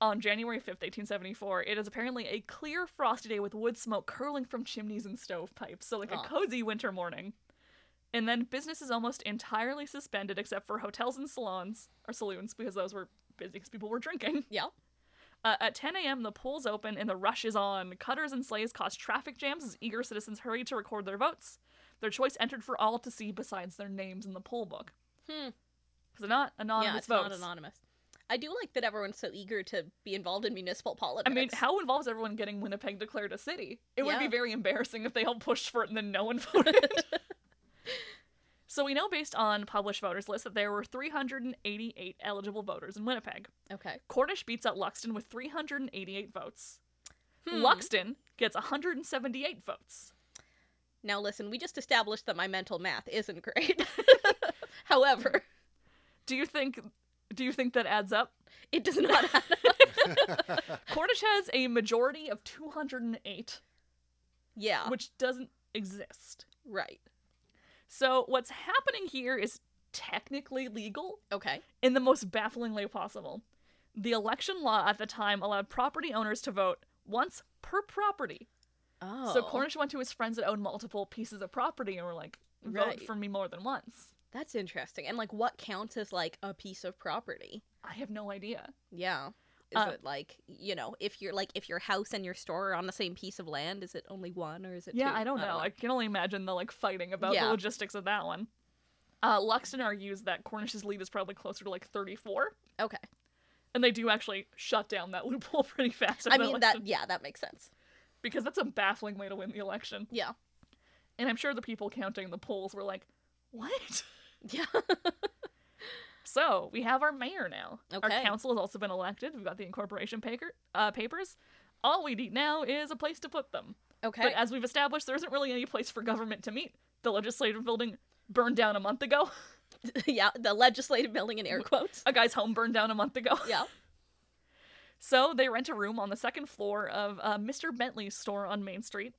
Speaker 1: on January fifth, eighteen seventy four. It is apparently a clear, frosty day with wood smoke curling from chimneys and stovepipes. So like
Speaker 2: Aw.
Speaker 1: a cozy winter morning. And then business is almost entirely suspended except for hotels and salons or saloons because those were busy because people were drinking.
Speaker 2: Yeah.
Speaker 1: Uh, at 10 a.m., the polls open and the rush is on. Cutters and sleighs cause traffic jams as eager citizens hurry to record their votes. Their choice entered for all to see besides their names in the poll book.
Speaker 2: Hmm.
Speaker 1: Because they're not anonymous
Speaker 2: yeah, it's
Speaker 1: votes.
Speaker 2: not anonymous. I do like that everyone's so eager to be involved in municipal
Speaker 1: I
Speaker 2: politics.
Speaker 1: mean, how involved is everyone getting Winnipeg declared a city? It would be
Speaker 2: Yeah.
Speaker 1: very embarrassing if they all pushed for it and then no one voted. so we know based on published voters lists that there were 388 eligible voters in Winnipeg.
Speaker 2: Okay.
Speaker 1: Cornish beats out Luxton with 388 votes.
Speaker 2: Hmm.
Speaker 1: Luxton gets 178 votes.
Speaker 2: Now listen, we just established that my mental math isn't great. However,
Speaker 1: Do you think do you think that adds up?
Speaker 2: it does not add up.
Speaker 1: Cornish has a majority of 208,
Speaker 2: Yeah.
Speaker 1: which doesn't exist.
Speaker 2: Right.
Speaker 1: So what's happening here is technically legal
Speaker 2: Okay.
Speaker 1: in the most baffling way possible. The election law at the time allowed property owners to vote once per property.
Speaker 2: Oh.
Speaker 1: So Cornish went to his friends that owned multiple pieces of property and were like, vote
Speaker 2: Right.
Speaker 1: for me more than once.
Speaker 2: That's interesting. And like what counts as like a piece of property?
Speaker 1: I have no idea.
Speaker 2: Yeah. Is
Speaker 1: Uh,
Speaker 2: it like, you know, if you're like if your house and your store are on the same piece of land, is it only one or is it
Speaker 1: Yeah,
Speaker 2: two?
Speaker 1: I don't know. I, can only imagine the like fighting about the
Speaker 2: Yeah.
Speaker 1: logistics of that one. Uh, Luxton argues that Cornish's lead is probably closer to like 34,
Speaker 2: Okay.
Speaker 1: and they do actually shut down that loophole pretty fast. in
Speaker 2: I
Speaker 1: the
Speaker 2: mean that
Speaker 1: election,
Speaker 2: yeah, that makes sense.
Speaker 1: because that's a baffling way to win the election.
Speaker 2: Yeah.
Speaker 1: And I'm sure the people counting the polls were like, "What?"
Speaker 2: Yeah.
Speaker 1: So we have our mayor now. Our
Speaker 2: Okay.
Speaker 1: council has also been elected. We've got the incorporation paper, uh, papers. All we need now is a place to put them.
Speaker 2: Okay.
Speaker 1: But as we've established, there isn't really any place for government to meet. The legislative building burned down a month ago.
Speaker 2: yeah, the legislative building in air quotes.
Speaker 1: a guy's home burned down a month ago.
Speaker 2: Yeah.
Speaker 1: So they rent a room on the second floor of uh, Mr. Bentley's store on Main Street.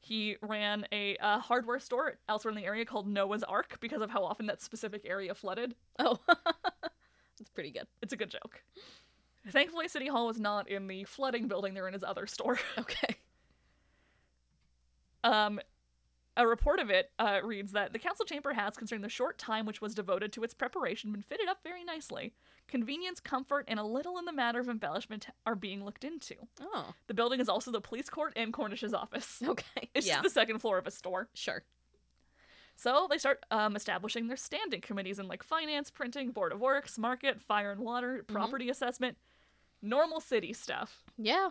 Speaker 1: He ran a uh, hardware store elsewhere in the area called Noah's Ark because of how often that specific area flooded.
Speaker 2: Oh. That's pretty good.
Speaker 1: It's a good joke. Thankfully, City Hall was not in the flooding building. They're in his other store.
Speaker 2: Okay.
Speaker 1: Um, A report of it uh, reads that the council chamber has, concerning the short time which was devoted to its preparation, been fitted up very nicely. Convenience, comfort, and a little in the matter of embellishment are being looked into.
Speaker 2: Oh,
Speaker 1: The building is also the police court and Cornish's office.
Speaker 2: okay.
Speaker 1: It's just
Speaker 2: yeah,
Speaker 1: the second floor of a store.
Speaker 2: sure.
Speaker 1: So they start um, establishing their standing committees in like finance, printing, board of works, market, fire and water, property assessment, normal city stuff.
Speaker 2: Yeah.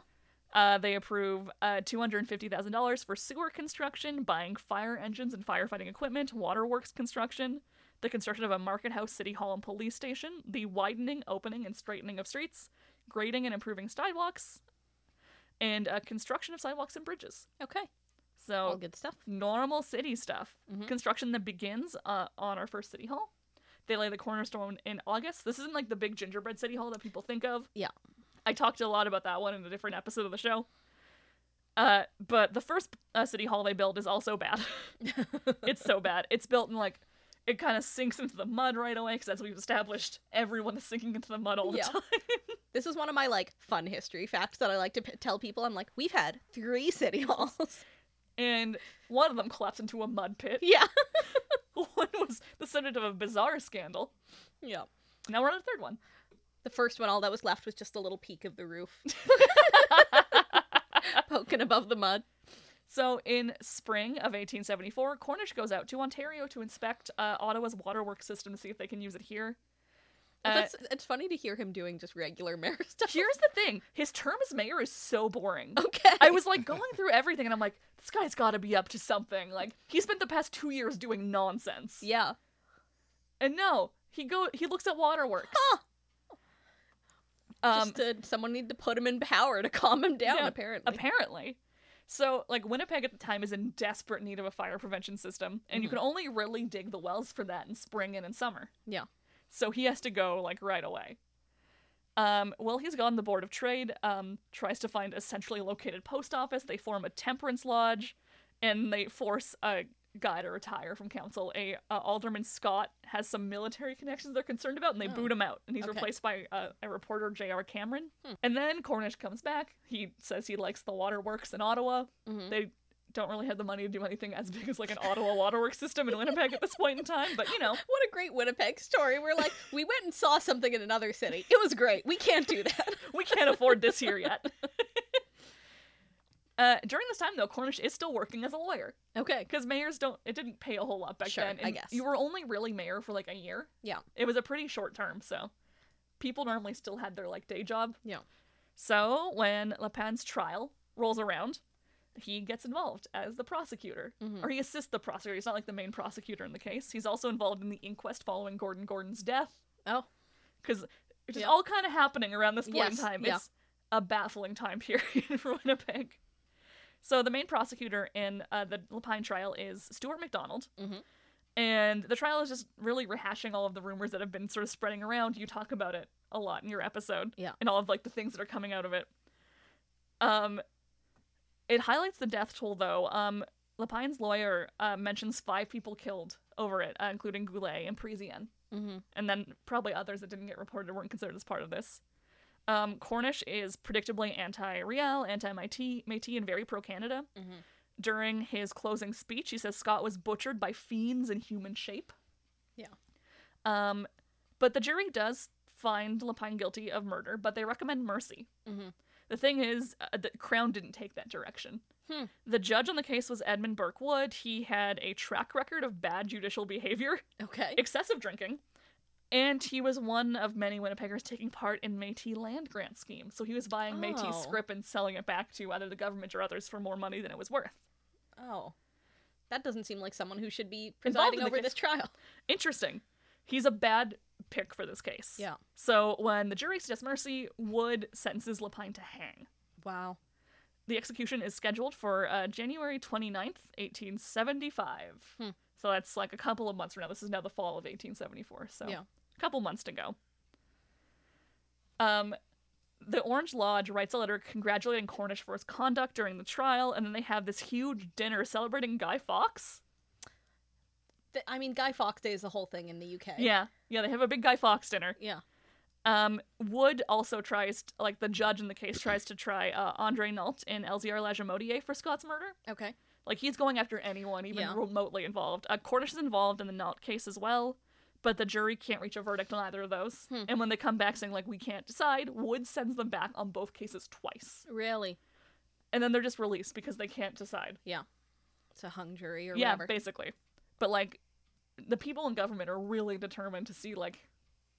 Speaker 1: Uh, they approve uh, $250,000 for sewer construction, buying fire engines and firefighting equipment, waterworks construction, the construction of a market house, city hall, and police station, the widening, opening, and straightening of streets, grading and improving sidewalks, and uh, construction of sidewalks and bridges.
Speaker 2: Okay. All
Speaker 1: So,
Speaker 2: good stuff.
Speaker 1: normal city stuff.
Speaker 2: Mhm.
Speaker 1: Construction that begins uh, on our first city hall. They lay the cornerstone in August. This isn't like the big gingerbread city hall that people think of.
Speaker 2: Yeah.
Speaker 1: I talked a lot about that one in a different episode of the show. Uh, but the first uh, city hall they build is also bad. it's so bad. It's built in like it kind of sinks into the mud right away because as we've established, everyone is sinking into the mud all the
Speaker 2: Yeah.
Speaker 1: time.
Speaker 2: This is one of my like fun history facts that I like to p- tell people. I'm like, we've had three city halls.
Speaker 1: And one of them collapsed into a mud pit.
Speaker 2: yeah.
Speaker 1: one was the subject of a bizarre scandal.
Speaker 2: Yeah.
Speaker 1: Now we're on a third one.
Speaker 2: The first one, all that was left was just a little peak of the roof poking above the mud.
Speaker 1: So, in spring of 1874, Cornish goes out to Ontario to inspect uh, Ottawa's waterworks system to see if they can use it here. Uh,
Speaker 2: Oh, That's, it's funny to hear him doing just regular mayor stuff.
Speaker 1: here's the thing his term as mayor is so boring.
Speaker 2: Okay.
Speaker 1: I was like going through everything and I'm like, this guy's got to be up to something. Like, he spent the past two years doing nonsense.
Speaker 2: Yeah.
Speaker 1: And no, he go he looks at waterworks.
Speaker 2: Huh.
Speaker 1: Um,
Speaker 2: just to, someone needed to put him in power to calm him down,
Speaker 1: Yeah,
Speaker 2: apparently.
Speaker 1: apparently. So, like, Winnipeg at the time is in desperate need of a fire prevention system, and you
Speaker 2: Mhm.
Speaker 1: can only really dig the wells for that in spring and in summer.
Speaker 2: Yeah.
Speaker 1: So he has to go, like, right away. Um, well, he's gone. The Board of Trade um, tries to find a centrally located post office. They form a temperance lodge, and they force a guy to retire from council. A uh, Alderman Scott has some military connections they're concerned about, and they
Speaker 2: Oh.
Speaker 1: boot him out. And he's
Speaker 2: Okay.
Speaker 1: replaced by uh, a reporter, J.R. Cameron.
Speaker 2: Hmm.
Speaker 1: And then Cornish comes back. He says he likes the waterworks in Ottawa.
Speaker 2: Mhm.
Speaker 1: They don't really have the money to do anything as big as like an Ottawa waterworks system in Winnipeg at this point in time, but you know,
Speaker 2: What a great Winnipeg story. We're like, we went and saw something in another city. It was great. We can't do that.
Speaker 1: we can't afford this here yet. Uh, during this time, though, Cornish is still working as a lawyer
Speaker 2: Okay.
Speaker 1: because mayors don't. It didn't pay a whole lot back
Speaker 2: Sure,
Speaker 1: then.
Speaker 2: I
Speaker 1: and
Speaker 2: guess.
Speaker 1: you were only really mayor for like a year.
Speaker 2: Yeah.
Speaker 1: it was a pretty short term, so people normally still had their like day job.
Speaker 2: Yeah.
Speaker 1: So when Lepin's trial rolls around, he gets involved as the prosecutor,
Speaker 2: Mhm.
Speaker 1: or he assists the prosecutor. He's not like the main prosecutor in the case. He's also involved in the inquest following Gordon Gordon's death
Speaker 2: Oh.
Speaker 1: because it's just
Speaker 2: Yeah.
Speaker 1: all kind of happening around this point
Speaker 2: Yes,
Speaker 1: in time.
Speaker 2: yeah.
Speaker 1: It's a baffling time period for Winnipeg. So the main prosecutor in uh, the Lapine trial is Stuart McDonald,
Speaker 2: Mhm.
Speaker 1: and the trial is just really rehashing all of the rumors that have been sort of spreading around. You talk about it a lot in your episode,
Speaker 2: Yeah.
Speaker 1: and all of like the things that are coming out of it. Um, it highlights the death toll though. Um, Lapine's lawyer uh, mentions five people killed over it, uh, including Goulet and Parisian
Speaker 2: Mm-hmm.
Speaker 1: and then probably others that didn't get reported or weren't considered as part of this. Um, Cornish is predictably anti Riel, anti Metis, and very pro Canada.
Speaker 2: Mhm.
Speaker 1: During his closing speech, he says Scott was butchered by fiends in human shape.
Speaker 2: Yeah.
Speaker 1: Um, but the jury does find Lapine guilty of murder, but they recommend mercy.
Speaker 2: Mhm.
Speaker 1: The thing is, uh, the Crown didn't take that direction.
Speaker 2: Hmm.
Speaker 1: The judge on the case was Edmund Burke Wood. He had a track record of bad judicial behavior
Speaker 2: Okay.
Speaker 1: excessive drinking, and he was one of many Winnipeggers taking part in Métis land grant scheme. So he was buying
Speaker 2: Oh.
Speaker 1: Métis scrip and selling it back to either the government or others for more money than it was worth.
Speaker 2: Oh. That doesn't seem like someone who should be
Speaker 1: Involved in
Speaker 2: presiding
Speaker 1: the
Speaker 2: over
Speaker 1: case.
Speaker 2: this trial.
Speaker 1: Interesting. He's a bad pick for this case.
Speaker 2: Yeah.
Speaker 1: So when the jury suggests mercy, Wood sentences Lapine to hang.
Speaker 2: Wow.
Speaker 1: The execution is scheduled for uh, January 29th, 1875.
Speaker 2: Hmm.
Speaker 1: So that's like a couple of months from now. This is now the fall of 1874. So
Speaker 2: Yeah.
Speaker 1: a couple months to go. Um, the Orange Lodge writes a letter congratulating Cornish for his conduct during the trial, and then they have this huge dinner celebrating Guy Fawkes.
Speaker 2: Th- I mean, Guy Fawkes Day is the whole thing in the UK.
Speaker 1: Yeah, yeah, they have a big Guy Fawkes dinner.
Speaker 2: Yeah.
Speaker 1: Um, Wood also tries, t like the judge in the case tries to try uh, Andre Nault and Elzéar Lajamodier for Scott's murder.
Speaker 2: Okay.
Speaker 1: Like he's going after anyone even
Speaker 2: Yeah.
Speaker 1: remotely involved. Uh, Cordish is involved in the Knott case as well, but the jury can't reach a verdict on either of those.
Speaker 2: Hmm.
Speaker 1: And when they come back saying like we can't decide, Wood sends them back on both cases twice,
Speaker 2: Really?
Speaker 1: and then they're just released because they can't decide.
Speaker 2: It's a hung jury or
Speaker 1: yeah,
Speaker 2: whatever.
Speaker 1: basically. But like, the people in government are really determined to see like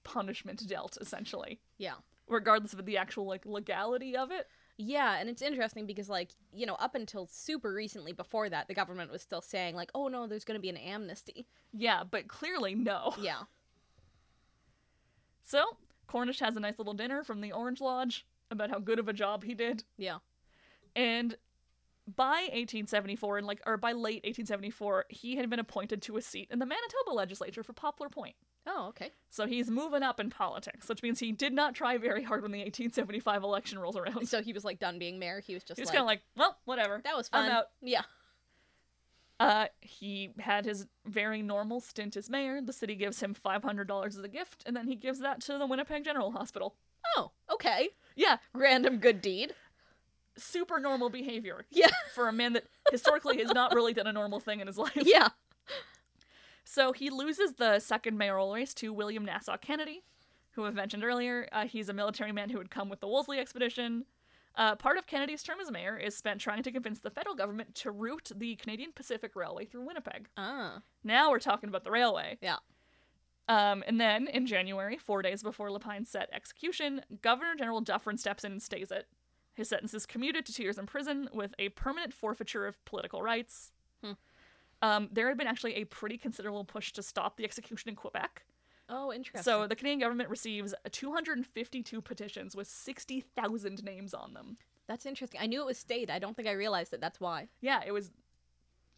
Speaker 1: punishment dealt essentially,
Speaker 2: yeah.
Speaker 1: regardless of the actual like legality of it.
Speaker 2: Yeah, and it's interesting because, like, you know, up until super recently before that, the government was still saying, like, oh no, there's going to be an amnesty.
Speaker 1: Yeah, but clearly no.
Speaker 2: Yeah.
Speaker 1: So, Cornish has a nice little dinner from the Orange Lodge about how good of a job he did.
Speaker 2: Yeah.
Speaker 1: And by 1874 and like or by late 1874, he had been appointed to a seat in the Manitoba legislature for Poplar Point.
Speaker 2: Oh, okay.
Speaker 1: So he's moving up in politics, which means he did not try very hard when the 1875 election rolls around.
Speaker 2: So he was, like, done being mayor. He was just
Speaker 1: He was
Speaker 2: like,
Speaker 1: kind of like, well, whatever.
Speaker 2: that was
Speaker 1: "I'm
Speaker 2: fun.
Speaker 1: out."
Speaker 2: Yeah.
Speaker 1: Uh, he had his very normal stint as mayor. The city gives him $500 as a gift, and then he gives that to the Winnipeg General Hospital.
Speaker 2: Oh, okay.
Speaker 1: Yeah,
Speaker 2: Random good deed.
Speaker 1: super normal behavior.
Speaker 2: Yeah.
Speaker 1: For a man that historically has not really done a normal thing in his life.
Speaker 2: Yeah.
Speaker 1: So he loses the second mayoral race to William Nassau Kennedy, who I've mentioned earlier. Uh, he's a military man who had come with the Wolseley expedition. Uh, part of Kennedy's term as mayor is spent trying to convince the federal government to route the Canadian Pacific Railway through Winnipeg.
Speaker 2: Ah.
Speaker 1: Now we're talking about the railway.
Speaker 2: Yeah.
Speaker 1: Um, and then in January, four days before Lepine's set execution, Governor General Dufferin steps in and stays it. His sentence is commuted to two years in prison with a permanent forfeiture of political rights.
Speaker 2: Hmm.
Speaker 1: Um, there had been actually a pretty considerable push to stop the execution in Quebec.
Speaker 2: Oh, interesting.
Speaker 1: So the Canadian government receives 252 petitions with 60,000 names on them.
Speaker 2: that's interesting. I knew it was state. I don't think I realized that that's why.
Speaker 1: Yeah, it was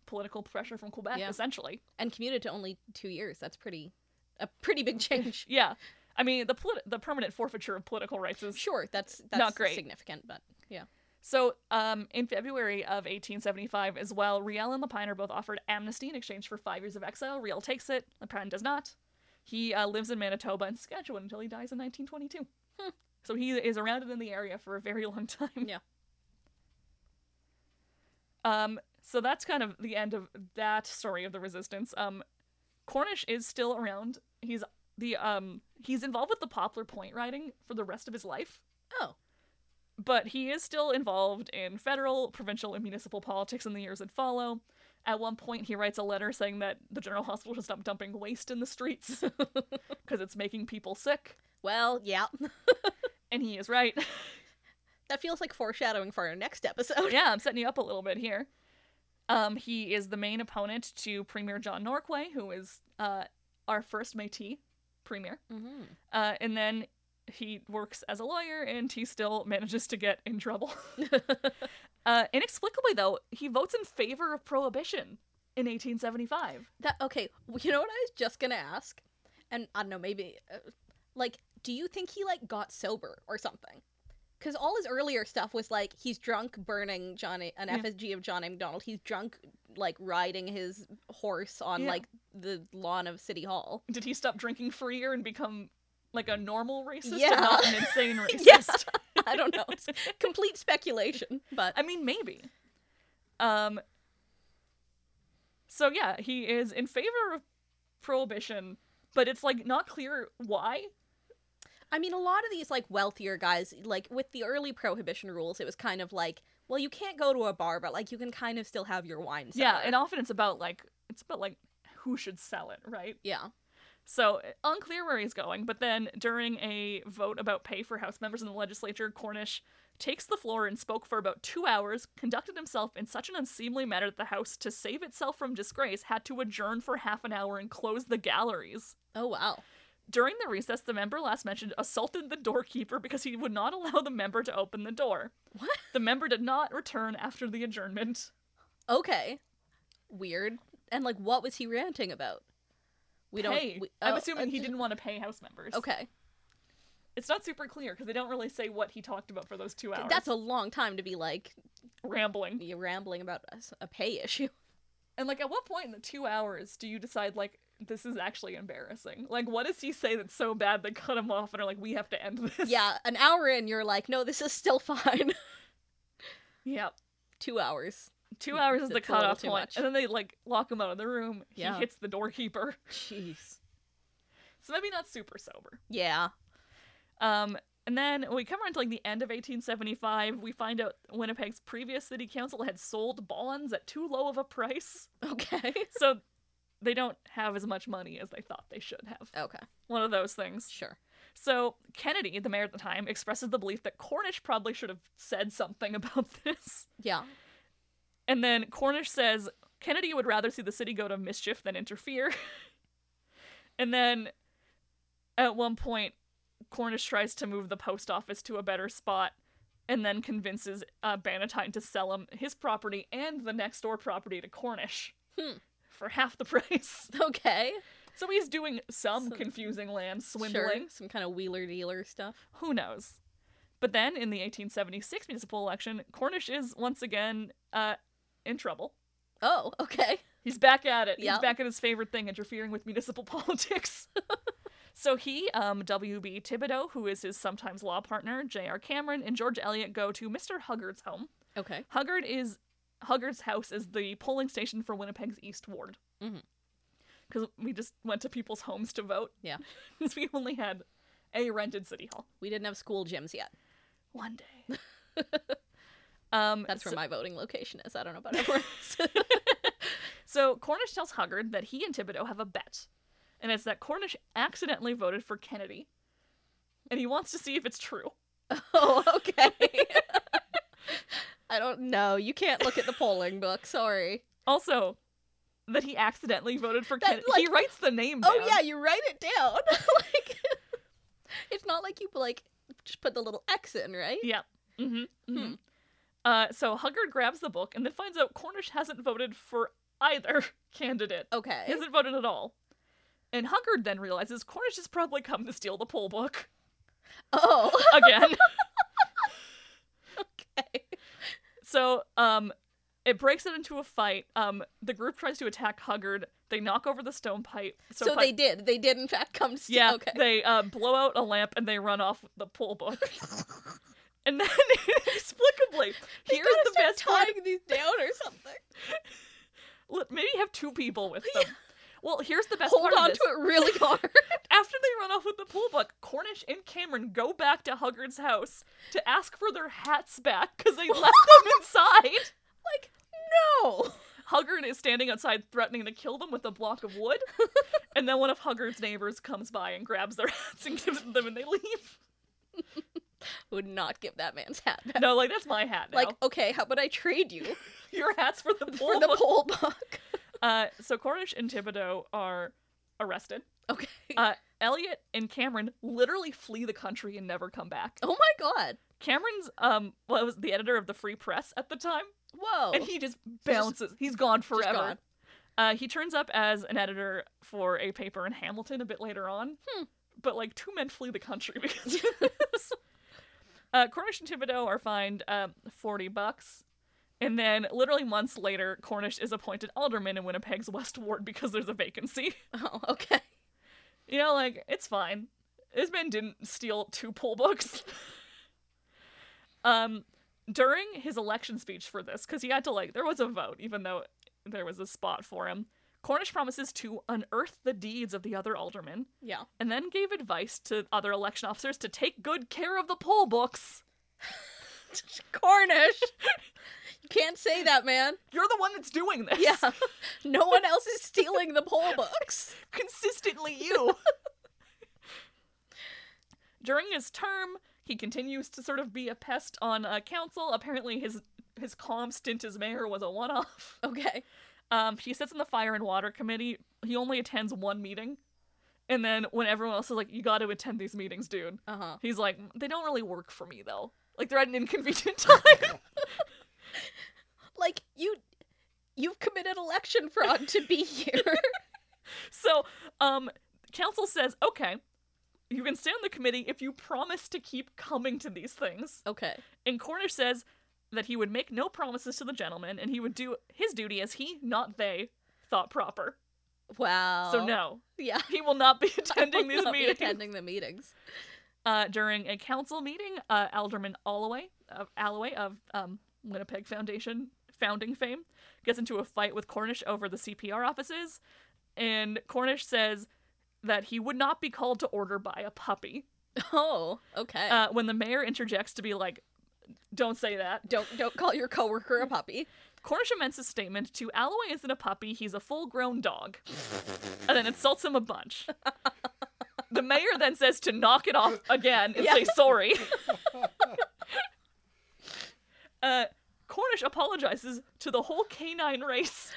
Speaker 1: political pressure from Quebec,
Speaker 2: Yeah.
Speaker 1: essentially.
Speaker 2: And commuted to only two years. That's pretty, a pretty big change.
Speaker 1: Yeah. I mean, the, polit- the permanent forfeiture of political rights is
Speaker 2: sure, that's, that's
Speaker 1: Not great.
Speaker 2: significant, but yeah.
Speaker 1: So, um, in February of 1875 as well, Riel and Lepine are both offered amnesty in exchange for five years of exile. Riel takes it, Lepine does not. He uh, lives in Manitoba and Saskatchewan until he dies in 1922.
Speaker 2: Hmm.
Speaker 1: So he is around and in the area for a very long time.
Speaker 2: Yeah.
Speaker 1: Um, so that's kind of the end of that story of the resistance. Um, Cornish is still around. He's the um he's involved with the Poplar Point riding for the rest of his life
Speaker 2: Oh,
Speaker 1: but he is still involved in federal, provincial, and municipal politics in the years that follow. At one point, he writes a letter saying that the general hospital should stop dumping waste in the streets because it's making people sick,
Speaker 2: well, yeah.
Speaker 1: and he is right.
Speaker 2: That feels like foreshadowing for our next episode.
Speaker 1: yeah, I'm setting you up a little bit here. Um, he is the main opponent to Premier John Norquay, who is uh, our first Métis premier,
Speaker 2: Mm-hmm.
Speaker 1: uh, and then he works as a lawyer, and he still manages to get in trouble. Uh, inexplicably, though, he votes in favor of prohibition in 1875.
Speaker 2: That okay? w- You know what I was just gonna ask, and I don't know, maybe uh, like, do you think he like got sober or something? Because all his earlier stuff was like he's drunk burning John A- an
Speaker 1: Yeah.
Speaker 2: FSG of John A. McDonald. He's drunk like riding his horse on
Speaker 1: Yeah.
Speaker 2: like the lawn of City Hall.
Speaker 1: Did he stop drinking freer and become like a normal racist
Speaker 2: Yeah.
Speaker 1: and not an insane racist?
Speaker 2: Yeah. I don't know. It's complete speculation, but
Speaker 1: I mean, maybe. Um. So yeah, he is in favor of prohibition, but it's like not clear why.
Speaker 2: I mean, a lot of these like wealthier guys, like with the early prohibition rules, it was kind of like, well, you can't go to a bar, but like you can kind of still have your wine.
Speaker 1: Yeah,
Speaker 2: somewhere.
Speaker 1: and often it's about like it's about like who should sell it, right?
Speaker 2: yeah,
Speaker 1: So unclear where he's going, but then during a vote about pay for House members in the legislature, Cornish takes the floor and spoke for about two hours, conducted himself in such an unseemly manner that the House, to save itself from disgrace, had to adjourn for half an hour and close the galleries.
Speaker 2: oh wow.
Speaker 1: During the recess, the member last mentioned assaulted the doorkeeper because he would not allow the member to open the door.
Speaker 2: What?
Speaker 1: The member did not return after the adjournment.
Speaker 2: Okay. Weird. And like, what was he ranting about? We don't.
Speaker 1: Pay.
Speaker 2: we-
Speaker 1: I'm
Speaker 2: oh,
Speaker 1: assuming he
Speaker 2: uh,
Speaker 1: didn't want to pay House members.
Speaker 2: Okay,
Speaker 1: It's not super clear because they don't really say what he talked about for those two hours.
Speaker 2: that's a long time to be like
Speaker 1: rambling.
Speaker 2: you rambling about a, s- a pay issue.
Speaker 1: And like, at what point in the two hours do you decide like this is actually embarrassing? Like, what does he say that's so bad they cut him off and are like, we have to end this?
Speaker 2: yeah, an hour in, you're like, no, this is still fine.
Speaker 1: Yep.
Speaker 2: Two hours.
Speaker 1: Two hours is the
Speaker 2: It's a little
Speaker 1: cutoff
Speaker 2: too
Speaker 1: point,
Speaker 2: much.
Speaker 1: and then they like lock him out of the room.
Speaker 2: Yeah.
Speaker 1: He hits the doorkeeper,
Speaker 2: Jeez.
Speaker 1: so maybe not super sober.
Speaker 2: Yeah.
Speaker 1: Um, and then when we come around to like the end of 1875, we find out Winnipeg's previous city council had sold bonds at too low of a price,
Speaker 2: Okay.
Speaker 1: so they don't have as much money as they thought they should have.
Speaker 2: okay.
Speaker 1: One of those things.
Speaker 2: Sure.
Speaker 1: So Kennedy, the mayor at the time, expresses the belief that Cornish probably should have said something about this.
Speaker 2: Yeah.
Speaker 1: And then Cornish says Kennedy would rather see the city go to mischief than interfere. and then at one point, Cornish tries to move the post office to a better spot and then convinces uh, Bannatyne to sell him his property and the next door property to Cornish
Speaker 2: Hmm.
Speaker 1: for half the price.
Speaker 2: Okay.
Speaker 1: So he's doing some
Speaker 2: So-
Speaker 1: confusing land swindling.
Speaker 2: Sure. Some kind of wheeler dealer stuff.
Speaker 1: Who knows? But then in the 1876 municipal election, Cornish is once again uh, in trouble.
Speaker 2: Oh, okay.
Speaker 1: He's back at it. He's
Speaker 2: Yep.
Speaker 1: back at his favorite thing, interfering with municipal politics. so he, um, W.B. Thibodeau, who is his sometimes law partner, J.R. Cameron, and George Eliot go to Mr. Huggard's home.
Speaker 2: Okay.
Speaker 1: Huggard is Huggard's house is the polling station for Winnipeg's East Ward.
Speaker 2: Mhm.
Speaker 1: Because we just went to people's homes to vote.
Speaker 2: Yeah.
Speaker 1: 'Cause we only had a rented city hall
Speaker 2: We didn't have school gyms yet.
Speaker 1: one day. um,
Speaker 2: That's
Speaker 1: so,
Speaker 2: where my voting location is. I don't know about everyone else.
Speaker 1: so Cornish tells Huggard that he and Thibodeau have a bet, and it's that Cornish accidentally voted for Kennedy, and he wants to see if it's true.
Speaker 2: oh, okay. I don't know. You can't look at the polling book. Sorry.
Speaker 1: Also, that he accidentally voted for
Speaker 2: That,
Speaker 1: Kennedy. he
Speaker 2: like-
Speaker 1: writes the name.
Speaker 2: Oh
Speaker 1: down.
Speaker 2: yeah, you write it down. like, it's not like you like just put the little X in, right?
Speaker 1: Yeah. hmm
Speaker 2: Hmm.
Speaker 1: Uh, so Huggard grabs the book and then finds out Cornish hasn't voted for either candidate.
Speaker 2: Okay.
Speaker 1: He hasn't voted at all. And Huggard then realizes Cornish has probably come to steal the poll book
Speaker 2: Oh,
Speaker 1: again.
Speaker 2: okay.
Speaker 1: So, um, it breaks it into a fight. Um, the group tries to attack Huggard. They knock over the stone pipe.
Speaker 2: So,
Speaker 1: Stone pipe-
Speaker 2: they did. They did in fact come to.
Speaker 1: yeah,
Speaker 2: Okay.
Speaker 1: they uh, blow out a lamp and they run off with the poll book. and then, inexplicably,
Speaker 2: They
Speaker 1: here's
Speaker 2: gotta
Speaker 1: the
Speaker 2: start
Speaker 1: best part.
Speaker 2: tying these down or something.
Speaker 1: Let- Maybe have two people with them. Well, here's the best
Speaker 2: Hold
Speaker 1: part
Speaker 2: on
Speaker 1: of
Speaker 2: to
Speaker 1: this.
Speaker 2: it really hard.
Speaker 1: After they run off with the pool book, Cornish and Cameron go back to Huggard's house to ask for their hats back because they left them inside.
Speaker 2: like no.
Speaker 1: Huggard is standing outside threatening to kill them with a block of wood. and then one of Huggard's neighbors comes by and grabs their hats and gives it to them and they leave.
Speaker 2: Would not give that man's hat back.
Speaker 1: No, like, that's my hat now.
Speaker 2: Like okay, how would I trade you
Speaker 1: your hat's for the pool
Speaker 2: for the
Speaker 1: book.
Speaker 2: poll book?
Speaker 1: uh, so Cornish and Thibodeau are arrested.
Speaker 2: Okay.
Speaker 1: Uh, Elliot and Cameron literally flee the country and never come back.
Speaker 2: oh my god.
Speaker 1: Cameron's um well, was the editor of the Free Press at the time,
Speaker 2: Whoa.
Speaker 1: and he just bounces. he's gone forever.
Speaker 2: gone.
Speaker 1: Uh, he turns up as an editor for a paper in Hamilton a bit later on,
Speaker 2: Hmm.
Speaker 1: but like two men flee the country because of this. Uh, Cornish and Thibodeau are fined um, forty bucks, and then literally months later, Cornish is appointed alderman in Winnipeg's West Ward because there's a vacancy.
Speaker 2: Oh okay.
Speaker 1: You know, like, it's fine. This man didn't steal two poll books. um, during his election speech for this, because he had to, like, there was a vote, even though there was a spot for him, Cornish promises to unearth the deeds of the other aldermen
Speaker 2: Yeah.
Speaker 1: and then gave advice to other election officers to take good care of the poll books.
Speaker 2: Cornish. you can't say that, man.
Speaker 1: You're the one that's doing this.
Speaker 2: Yeah. No one else is stealing the poll books.
Speaker 1: consistently you. During his term, he continues to sort of be a pest on uh, council. Apparently, his his calm stint as mayor was a one off.
Speaker 2: Okay.
Speaker 1: Um, he sits on the fire and water committee. He only attends one meeting, and then when everyone else is like, "You got to attend these meetings, dude,"
Speaker 2: Uh huh.
Speaker 1: he's like, "Mm, "They don't really work for me though. Like they're at an inconvenient time."
Speaker 2: Like you, you've committed election fraud to be here.
Speaker 1: so, um, council says, "Okay." You can stay on the committee if you promise to keep coming to these things.
Speaker 2: okay.
Speaker 1: And Cornish says that he would make no promises to the gentleman and he would do his duty as he, not they, thought proper.
Speaker 2: Wow.
Speaker 1: So no,
Speaker 2: Yeah.
Speaker 1: he will not be
Speaker 2: Oh. I will
Speaker 1: attending these
Speaker 2: not be
Speaker 1: meetings.
Speaker 2: attending the meetings.
Speaker 1: Uh, during a council meeting, uh, Alderman Alloway of Alloway of um, Winnipeg Foundation founding fame, gets into a fight with Cornish over the CPR offices, and Cornish says that he would not be called to order by a puppy.
Speaker 2: Oh, okay.
Speaker 1: Uh, when the mayor interjects to be like, don't say that.
Speaker 2: don't don't call your coworker a puppy.
Speaker 1: Cornish amends his statement to Alloway isn't a puppy, he's a full grown dog. and then insults him a bunch. The mayor then says to knock it off again and
Speaker 2: Yeah.
Speaker 1: say sorry. uh, Cornish apologizes to the whole canine race.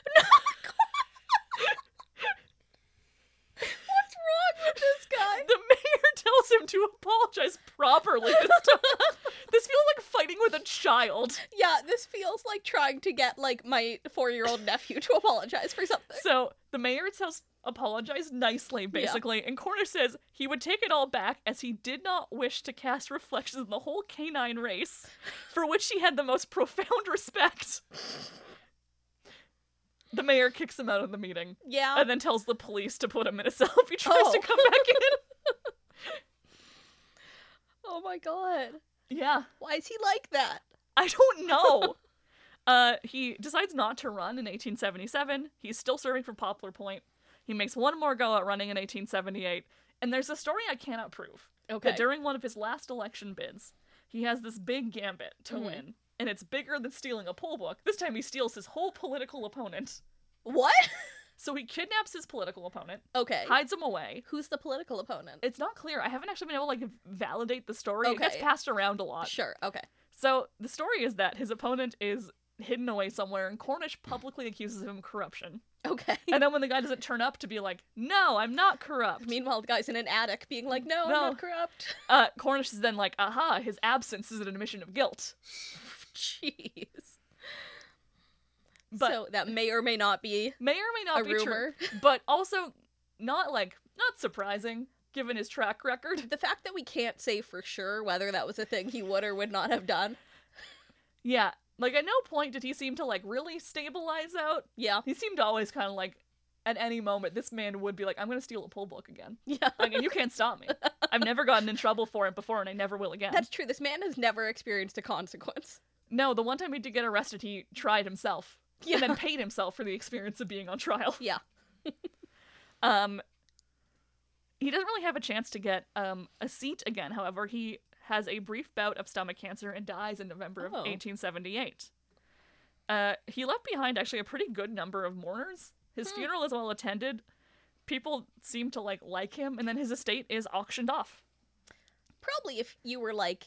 Speaker 2: What's wrong with this guy?
Speaker 1: The mayor tells him to apologize properly this time. this feels like fighting with a child.
Speaker 2: Yeah, this feels like trying to get like my four-year-old nephew to apologize for something.
Speaker 1: So the mayor tells apologize nicely, basically, and Cornish says he would take it all back as he did not wish to cast reflections on the whole canine race, for which he had the most profound respect. The mayor kicks him out of the meeting
Speaker 2: Yeah.
Speaker 1: and then tells the police to put him in a cell if he tries to
Speaker 2: Oh.
Speaker 1: come back in.
Speaker 2: Oh my god.
Speaker 1: Yeah,
Speaker 2: Why is he like that?
Speaker 1: I don't know. uh, he decides not to run in 1877. He's still serving for Poplar Point. He makes one more go at running in 1878, and there's a story I cannot prove.
Speaker 2: Okay.
Speaker 1: that during one of his last election bids, he has this big gambit to
Speaker 2: Mhm.
Speaker 1: win, and it's bigger than stealing a poll book. This time he steals his whole political opponent.
Speaker 2: What?
Speaker 1: So he kidnaps his political opponent,
Speaker 2: Okay.
Speaker 1: hides him away.
Speaker 2: Who's the political opponent?
Speaker 1: It's not clear. I haven't actually been able to like validate the story. It gets
Speaker 2: Okay.
Speaker 1: passed around a lot.
Speaker 2: Sure. Okay.
Speaker 1: So the story is that his opponent is hidden away somewhere and Cornish publicly accuses him of corruption.
Speaker 2: Okay.
Speaker 1: And then when the guy doesn't turn up to be like, "No, I'm not corrupt."
Speaker 2: Meanwhile, the guy's in an attic being like, "No,
Speaker 1: No.
Speaker 2: I'm not corrupt."
Speaker 1: Uh Cornish is then like, "Aha, his absence is an admission of guilt."
Speaker 2: Jeez.
Speaker 1: But
Speaker 2: so that may or may not be
Speaker 1: may or may not
Speaker 2: a
Speaker 1: be true.
Speaker 2: rumor.
Speaker 1: but also not like not surprising given his track record.
Speaker 2: The fact that we can't say for sure whether that was a thing he would or would not have done.
Speaker 1: Yeah, like at no point did he seem to like really stabilize out.
Speaker 2: Yeah.
Speaker 1: He seemed always kind of like at any moment this man would be like, "I'm gonna steal a poll book again,"
Speaker 2: Yeah.
Speaker 1: like, and you can't stop me. I've never gotten in trouble for it before, and I never will again.
Speaker 2: That's true. This man has never experienced a consequence.
Speaker 1: No, the one time he did get arrested, he tried himself
Speaker 2: Yeah.
Speaker 1: and then paid himself for the experience of being on trial.
Speaker 2: Yeah.
Speaker 1: Um, he doesn't really have a chance to get um, a seat again. However, he has a brief bout of stomach cancer and dies in November of
Speaker 2: Oh.
Speaker 1: 1878. Uh, he left behind actually a pretty good number of mourners. His
Speaker 2: Hmm.
Speaker 1: funeral is well attended. People seem to like like him, and then his estate is auctioned off.
Speaker 2: Probably if you were like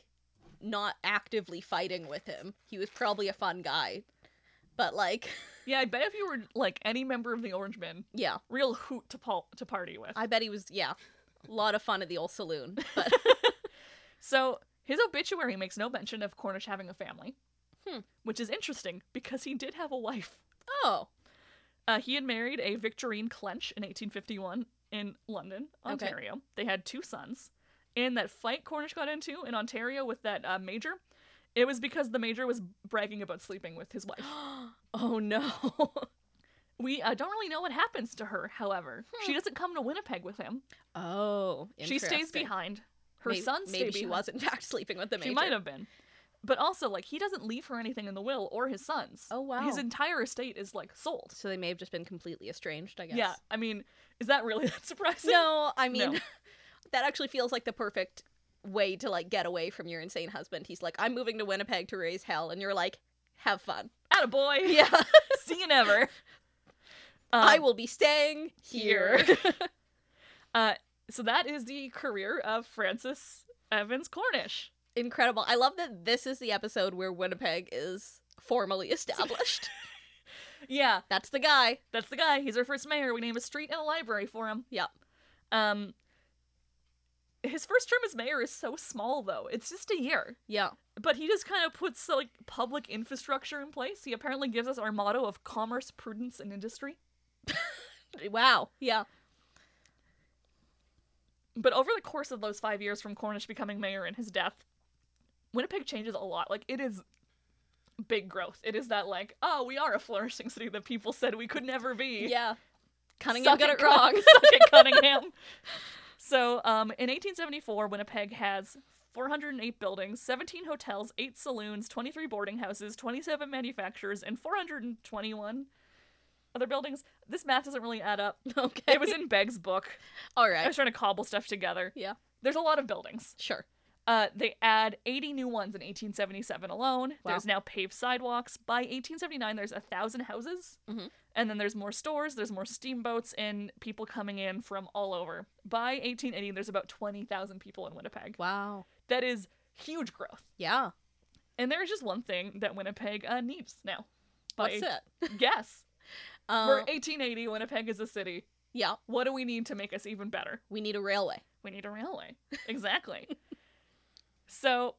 Speaker 2: not actively fighting with him, he was probably a fun guy. But like,
Speaker 1: Yeah, I bet if you were like any member of the Orange Men,
Speaker 2: yeah,
Speaker 1: real hoot to pol- to party with.
Speaker 2: I bet he was yeah, a lot of fun at the old saloon. But
Speaker 1: So his obituary makes no mention of Cornish having a family,
Speaker 2: Hmm.
Speaker 1: which is interesting because he did have a wife.
Speaker 2: oh,
Speaker 1: Uh, he had married a Victorine Clench in 1851 in London,
Speaker 2: Okay.
Speaker 1: Ontario. They had two sons. In that fight Cornish got into in Ontario with that uh, major, it was because the major was bragging about sleeping with his wife.
Speaker 2: oh no.
Speaker 1: We uh, don't really know what happens to her, however. She doesn't come to Winnipeg with him.
Speaker 2: oh,
Speaker 1: She stays
Speaker 2: Hmm. interesting.
Speaker 1: behind. Her
Speaker 2: Maybe-
Speaker 1: sons stay
Speaker 2: Maybe she
Speaker 1: behind.
Speaker 2: was in fact sleeping with the major.
Speaker 1: She might have been. But also, like, he doesn't leave her anything in the will or his sons.
Speaker 2: Oh, wow.
Speaker 1: His entire estate is, like, sold.
Speaker 2: So they may have just been completely estranged. I guess.
Speaker 1: Yeah, I mean, is that really that surprising?
Speaker 2: No, I mean,
Speaker 1: No.
Speaker 2: that actually feels like the perfect way to like get away from your insane husband. He's like, I'm moving to Winnipeg to raise hell, and you're like, have fun.
Speaker 1: Attaboy.
Speaker 2: Yeah,
Speaker 1: See you never.
Speaker 2: I
Speaker 1: Um,
Speaker 2: will be staying here.
Speaker 1: uh, so that is the career of Francis Evans Cornish.
Speaker 2: Incredible. I love that this is the episode where Winnipeg is formally established.
Speaker 1: Yeah,
Speaker 2: That's the guy.
Speaker 1: that's the guy. He's our first mayor. We name a street and a library for him.
Speaker 2: Yep.
Speaker 1: Um, his first term as mayor is so small, though. It's just a year.
Speaker 2: Yeah.
Speaker 1: but he just kind of puts like public infrastructure in place. He apparently gives us our motto of commerce, prudence, and industry.
Speaker 2: Wow. Yeah.
Speaker 1: But over the course of those five years from Cornish becoming mayor and his death, Winnipeg changes a lot. Like it is big growth. It is that like, oh, we are a flourishing city that people said we could never be.
Speaker 2: Yeah. Cunningham
Speaker 1: Suck
Speaker 2: got it
Speaker 1: Cun-
Speaker 2: wrong.
Speaker 1: Suck it, Cunningham. so um, in 1874, Winnipeg has 408 buildings, 17 hotels, 8 saloons, 23 boarding houses, 27 manufacturers, and 421 other buildings. This math doesn't really add up.
Speaker 2: Okay.
Speaker 1: It was in Begg's book.
Speaker 2: All
Speaker 1: I
Speaker 2: right.
Speaker 1: was trying to cobble stuff together.
Speaker 2: Yeah.
Speaker 1: There's a lot of buildings.
Speaker 2: Sure.
Speaker 1: Uh, they add 80 new ones in 1877 alone.
Speaker 2: Wow.
Speaker 1: There's now paved sidewalks. By 1879, there's a thousand houses,
Speaker 2: Mhm.
Speaker 1: and then there's more stores. There's more steamboats and people coming in from all over. By 1880, there's about 20,000 people in Winnipeg.
Speaker 2: Wow.
Speaker 1: That is huge growth.
Speaker 2: Yeah.
Speaker 1: And there is just one thing that Winnipeg uh, needs now. By
Speaker 2: What's it?
Speaker 1: Yes,
Speaker 2: Um,
Speaker 1: we're 1880. Winnipeg is a city.
Speaker 2: yeah.
Speaker 1: What do we need to make us even better?
Speaker 2: We need a railway.
Speaker 1: We need a railway. Exactly. so,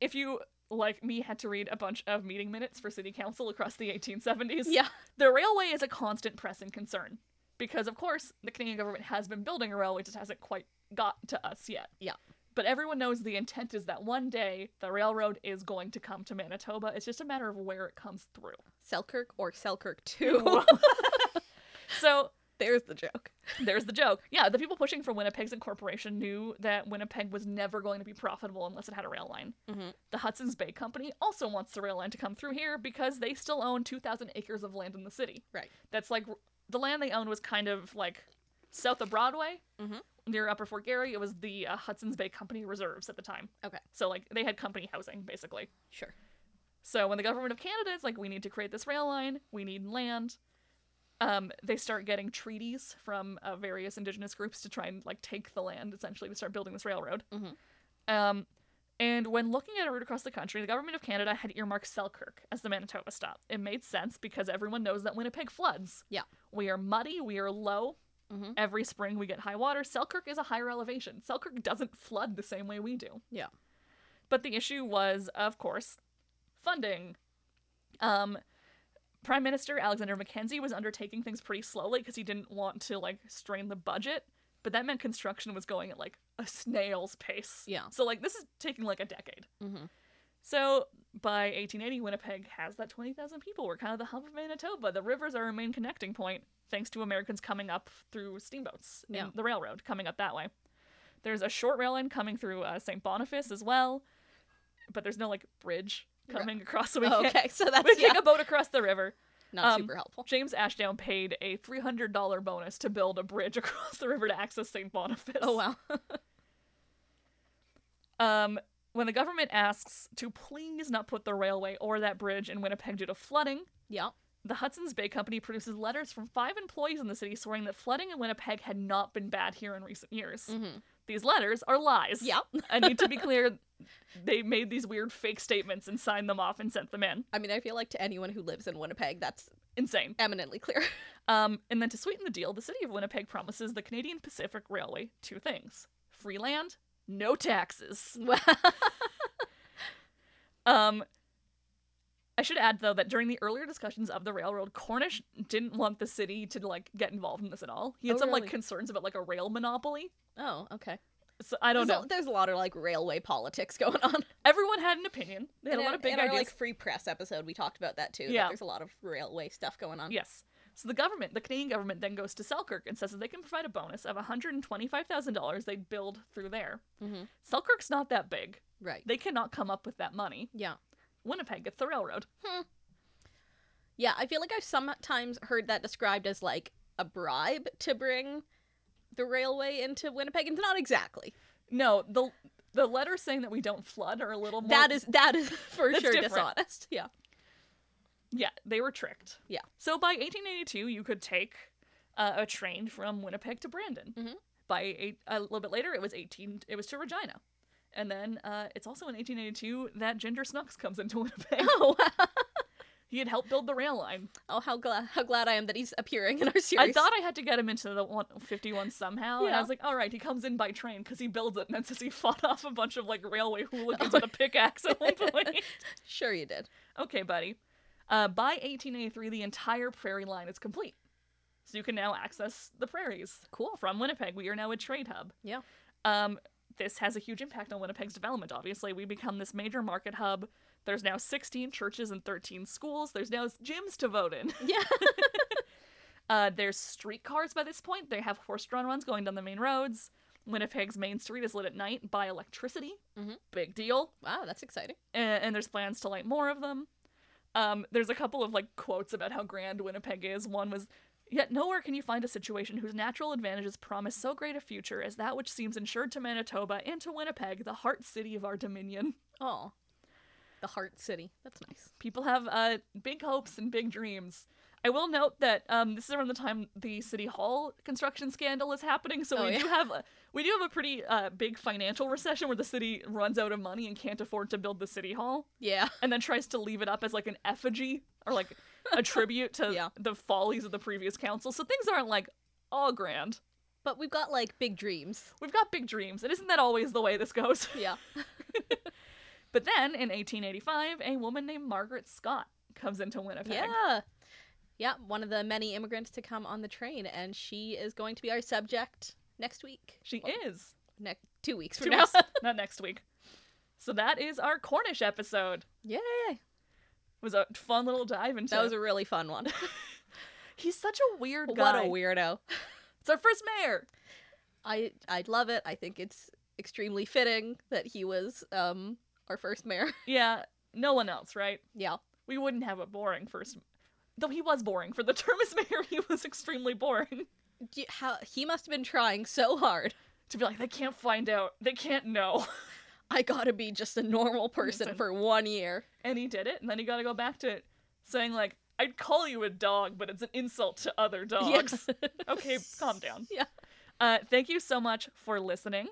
Speaker 1: if you, like me, had to read a bunch of meeting minutes for city council across the 1870s,
Speaker 2: Yeah.
Speaker 1: the railway is a constant pressing concern. Because, of course, the Canadian government has been building a railway, just hasn't quite got to us yet.
Speaker 2: Yeah.
Speaker 1: But everyone knows the intent is that one day the railroad is going to come to Manitoba. It's just a matter of where it comes through.
Speaker 2: Selkirk or Selkirk 2.
Speaker 1: Wow. So,
Speaker 2: There's the joke.
Speaker 1: There's the joke. Yeah, the people pushing for Winnipeg's incorporation knew that Winnipeg was never going to be profitable unless it had a rail line.
Speaker 2: Mhm.
Speaker 1: The Hudson's Bay Company also wants the rail line to come through here because they still own 2,000 acres of land in the city.
Speaker 2: Right.
Speaker 1: That's like the land they owned was kind of like south of Broadway,
Speaker 2: Mhm.
Speaker 1: near Upper Fort Garry. It was the uh, Hudson's Bay Company reserves at the time.
Speaker 2: Okay.
Speaker 1: So, like, they had company housing basically.
Speaker 2: Sure.
Speaker 1: So when the government of Canada is like, we need to create this rail line, we need land, um, they start getting treaties from uh, various indigenous groups to try and like take the land essentially to start building this railroad.
Speaker 2: Mhm.
Speaker 1: Um, and when looking at a route across the country, the government of Canada had earmarked Selkirk as the Manitoba stop. It made sense because everyone knows that Winnipeg floods.
Speaker 2: Yeah.
Speaker 1: We are muddy, we are low.
Speaker 2: Mhm.
Speaker 1: Every spring we get high water. Selkirk is a higher elevation. Selkirk doesn't flood the same way we do.
Speaker 2: Yeah.
Speaker 1: But the issue was, of course, funding. Um, Prime Minister Alexander Mackenzie was undertaking things pretty slowly because he didn't want to like strain the budget, but that meant construction was going at like a snail's pace.
Speaker 2: Yeah.
Speaker 1: So like this is taking like a decade.
Speaker 2: Mm-hmm.
Speaker 1: So by 1880, Winnipeg has that 20,000 people. We're kind of the hub of Manitoba. The rivers are our main connecting point, thanks to Americans coming up through steamboats
Speaker 2: Yeah.
Speaker 1: and the railroad coming up that way. There's a short rail line coming through uh, St. Boniface as well, but there's no like bridge
Speaker 2: Right. Oh,
Speaker 1: coming across, so we can't
Speaker 2: okay. So that's
Speaker 1: we
Speaker 2: yeah,
Speaker 1: take a boat across the river.
Speaker 2: not
Speaker 1: um,
Speaker 2: super helpful.
Speaker 1: James Ashdown paid a $300 bonus to build a bridge across the river to access St. Boniface.
Speaker 2: Oh, wow.
Speaker 1: Um, when the government asks to please not put the railway or that bridge in Winnipeg due to flooding,
Speaker 2: yeah.
Speaker 1: the Hudson's Bay Company produces letters from five employees in the city swearing that flooding in Winnipeg had not been bad here in recent years.
Speaker 2: Mm-hmm.
Speaker 1: These letters are lies.
Speaker 2: Yeah.
Speaker 1: I need to be clear. They made these weird fake statements and signed them off and sent them in.
Speaker 2: I mean, I feel like to anyone who lives in Winnipeg, that's
Speaker 1: Insane.
Speaker 2: eminently clear.
Speaker 1: Um, and then to sweeten the deal, the city of Winnipeg promises the Canadian Pacific Railway two things free land, no taxes. Um, I should add though that during the earlier discussions of the railroad, Cornish didn't want the city to like get involved in this at all. He had
Speaker 2: Oh,
Speaker 1: some
Speaker 2: really?
Speaker 1: like concerns about like a rail monopoly.
Speaker 2: oh, okay.
Speaker 1: So I don't
Speaker 2: there's
Speaker 1: know.
Speaker 2: A, there's a lot of like railway politics going on.
Speaker 1: Everyone had an opinion. They had a
Speaker 2: In
Speaker 1: lot
Speaker 2: our-
Speaker 1: of big
Speaker 2: in
Speaker 1: ideas.
Speaker 2: Our, like free press episode, we talked about that too. that
Speaker 1: Yeah.
Speaker 2: there's a lot of railway stuff going on.
Speaker 1: Yes. So the government, the Canadian government, then goes to Selkirk and says that they can provide a bonus of $125,000 they'd build through there.
Speaker 2: Mhm.
Speaker 1: Selkirk's not that big.
Speaker 2: Right.
Speaker 1: They cannot come up with that money.
Speaker 2: Yeah.
Speaker 1: Winnipeg gets the railroad.
Speaker 2: Yeah. I feel like I've sometimes heard that described as like a bribe to bring the railway into Winnipeg, and not exactly.
Speaker 1: No, the the letters saying that we don't flood are a little more
Speaker 2: that is that is for
Speaker 1: That's
Speaker 2: sure
Speaker 1: different.
Speaker 2: dishonest. Yeah.
Speaker 1: Yeah, they were tricked.
Speaker 2: Yeah.
Speaker 1: So by 1882, you could take uh, a train from Winnipeg to Brandon.
Speaker 2: Mhm.
Speaker 1: By eight, a little bit later, it was 18. It was to Regina, and then uh, it's also in 1882 that Ginger Snooks comes into Winnipeg.
Speaker 2: Oh, wow.
Speaker 1: he had helped build the rail line.
Speaker 2: oh how glad how glad I am that he's appearing in our series.
Speaker 1: I thought I had to get him into the 151 somehow, and
Speaker 2: Yeah.
Speaker 1: I was like, all right, he comes in by train because he builds it, and then says he fought off a bunch of like railway
Speaker 2: Oh,
Speaker 1: hooligans with a pickaxe at one point.
Speaker 2: sure you did.
Speaker 1: Okay, buddy. Uh, by 1883, the entire prairie line is complete. So you can now access the prairies. Cool. From Winnipeg. We are now a trade hub.
Speaker 2: Yeah.
Speaker 1: Um, this has a huge impact on Winnipeg's development, obviously. We become this major market hub. There's now 16 churches and 13 schools. There's now gyms to vote in.
Speaker 2: Yeah.
Speaker 1: Uh, there's streetcars by this point. They have horse drawn ones going down the main roads. Winnipeg's main street is lit at night by electricity.
Speaker 2: Mhm.
Speaker 1: Big deal.
Speaker 2: Wow, that's exciting.
Speaker 1: And, and there's plans to light more of them. Um, there's a couple of like quotes about how grand Winnipeg is. One was, "Yet nowhere can you find a situation whose natural advantages promise so great a future as that which seems insured to Manitoba and to Winnipeg, the heart city of our dominion."
Speaker 2: Oh, the heart city. That's nice.
Speaker 1: People have uh, big hopes and big dreams. I will note that um, this is around the time the city hall construction scandal is happening, so
Speaker 2: Oh,
Speaker 1: we
Speaker 2: yeah.
Speaker 1: do have a, we do have a pretty uh, big financial recession where the city runs out of money and can't afford to build the city hall,
Speaker 2: Yeah.
Speaker 1: and then tries to leave it up as like an effigy or like a tribute to
Speaker 2: Yeah.
Speaker 1: the follies of the previous council. So things aren't like all grand.
Speaker 2: But we've got like big dreams.
Speaker 1: We've got big dreams, and isn't that always the way this goes?
Speaker 2: Yeah.
Speaker 1: But then in 1885, a woman named Margaret Scott comes into Winnipeg.
Speaker 2: Yeah. Yeah, one of the many immigrants to come on the train, and she is going to be our subject next week.
Speaker 1: She is.
Speaker 2: Next two weeks from
Speaker 1: Two
Speaker 2: now.
Speaker 1: weeks, not next week. So that is our Cornish episode.
Speaker 2: Yay!
Speaker 1: It was a fun little dive into.
Speaker 2: That was a really fun one.
Speaker 1: He's such a weird
Speaker 2: what
Speaker 1: guy.
Speaker 2: a weirdo.
Speaker 1: It's our first mayor.
Speaker 2: I I love it. I think it's extremely fitting that he was um our first mayor.
Speaker 1: Yeah, no one else, right?
Speaker 2: yeah.
Speaker 1: We wouldn't have a boring first. Though he was boring for the term as mayor, he was extremely boring.
Speaker 2: Do you- how he must have been trying so hard.
Speaker 1: To be like, they can't find out, they can't know,
Speaker 2: I gotta be just a normal person
Speaker 1: Listen.
Speaker 2: for one year.
Speaker 1: and he did it, and then he got to go back to it, saying like, "I'd call you a dog, but it's an insult to other dogs." okay, calm down.
Speaker 2: Yeah.
Speaker 1: Uh, thank you so much for listening.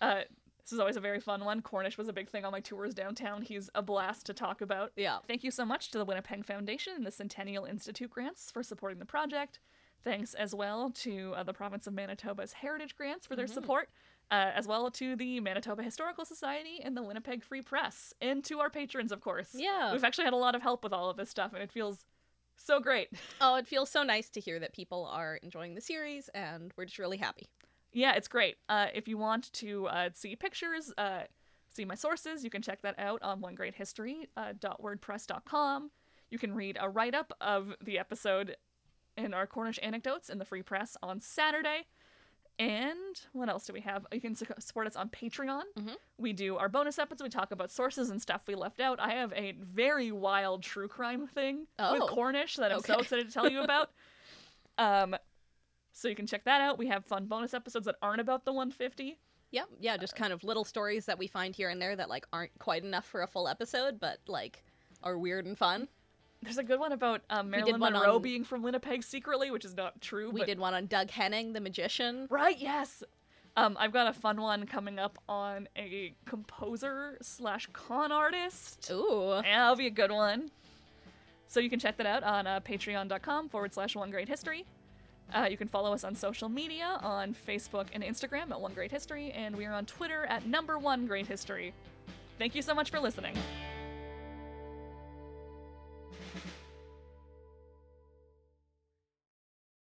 Speaker 1: Uh, this is always a very fun one. Cornish was a big thing on my tours downtown. He's a blast to talk about.
Speaker 2: Yeah.
Speaker 1: Thank you so much to the Winnipeg Foundation and the Centennial Institute grants for supporting the project. Thanks as well to uh, the province of Manitoba's Heritage Grants for their support, uh, as well to the Manitoba Historical Society and the Winnipeg Free Press, and to our patrons, of course.
Speaker 2: Yeah.
Speaker 1: We've actually had a lot of help with all of this stuff, and it feels so great.
Speaker 2: Oh, it feels so nice to hear that people are enjoying the series, and we're just really happy.
Speaker 1: Yeah, it's great. Uh, if you want to uh, see pictures, uh, see my sources, you can check that out on uh, onegreathistory.wordpress.com. You can read a write up of the episode in our Cornish anecdotes in the Free Press on Saturday. And what else do we have? You can su- support us on Patreon.
Speaker 2: Mhm.
Speaker 1: We do our bonus episodes. We talk about sources and stuff we left out. I have a very wild true crime thing
Speaker 2: Oh.
Speaker 1: with Cornish that I'm so
Speaker 2: Okay.
Speaker 1: excited to tell you about. um, so you can check that out. We have fun bonus episodes that aren't about the 150.
Speaker 2: Yep. Yeah, just kind of little stories that we find here and there that like aren't quite enough for a full episode, but like are weird and fun.
Speaker 1: There's a good one about um,
Speaker 2: did
Speaker 1: Marilyn
Speaker 2: one
Speaker 1: Monroe
Speaker 2: on-
Speaker 1: being from Winnipeg secretly, which is not true.
Speaker 2: We
Speaker 1: but...
Speaker 2: did one on Doug Henning, the magician.
Speaker 1: Right, yes. Um, I've got a fun one coming up on a composer slash con artist.
Speaker 2: Ooh.
Speaker 1: Yeah, that'll be a good one. So you can check that out on uh, patreon.com forward slash one great history. Uh, you can follow us on social media on Facebook and Instagram at one great history, and we are on Twitter at number one great history. Thank you so much for listening.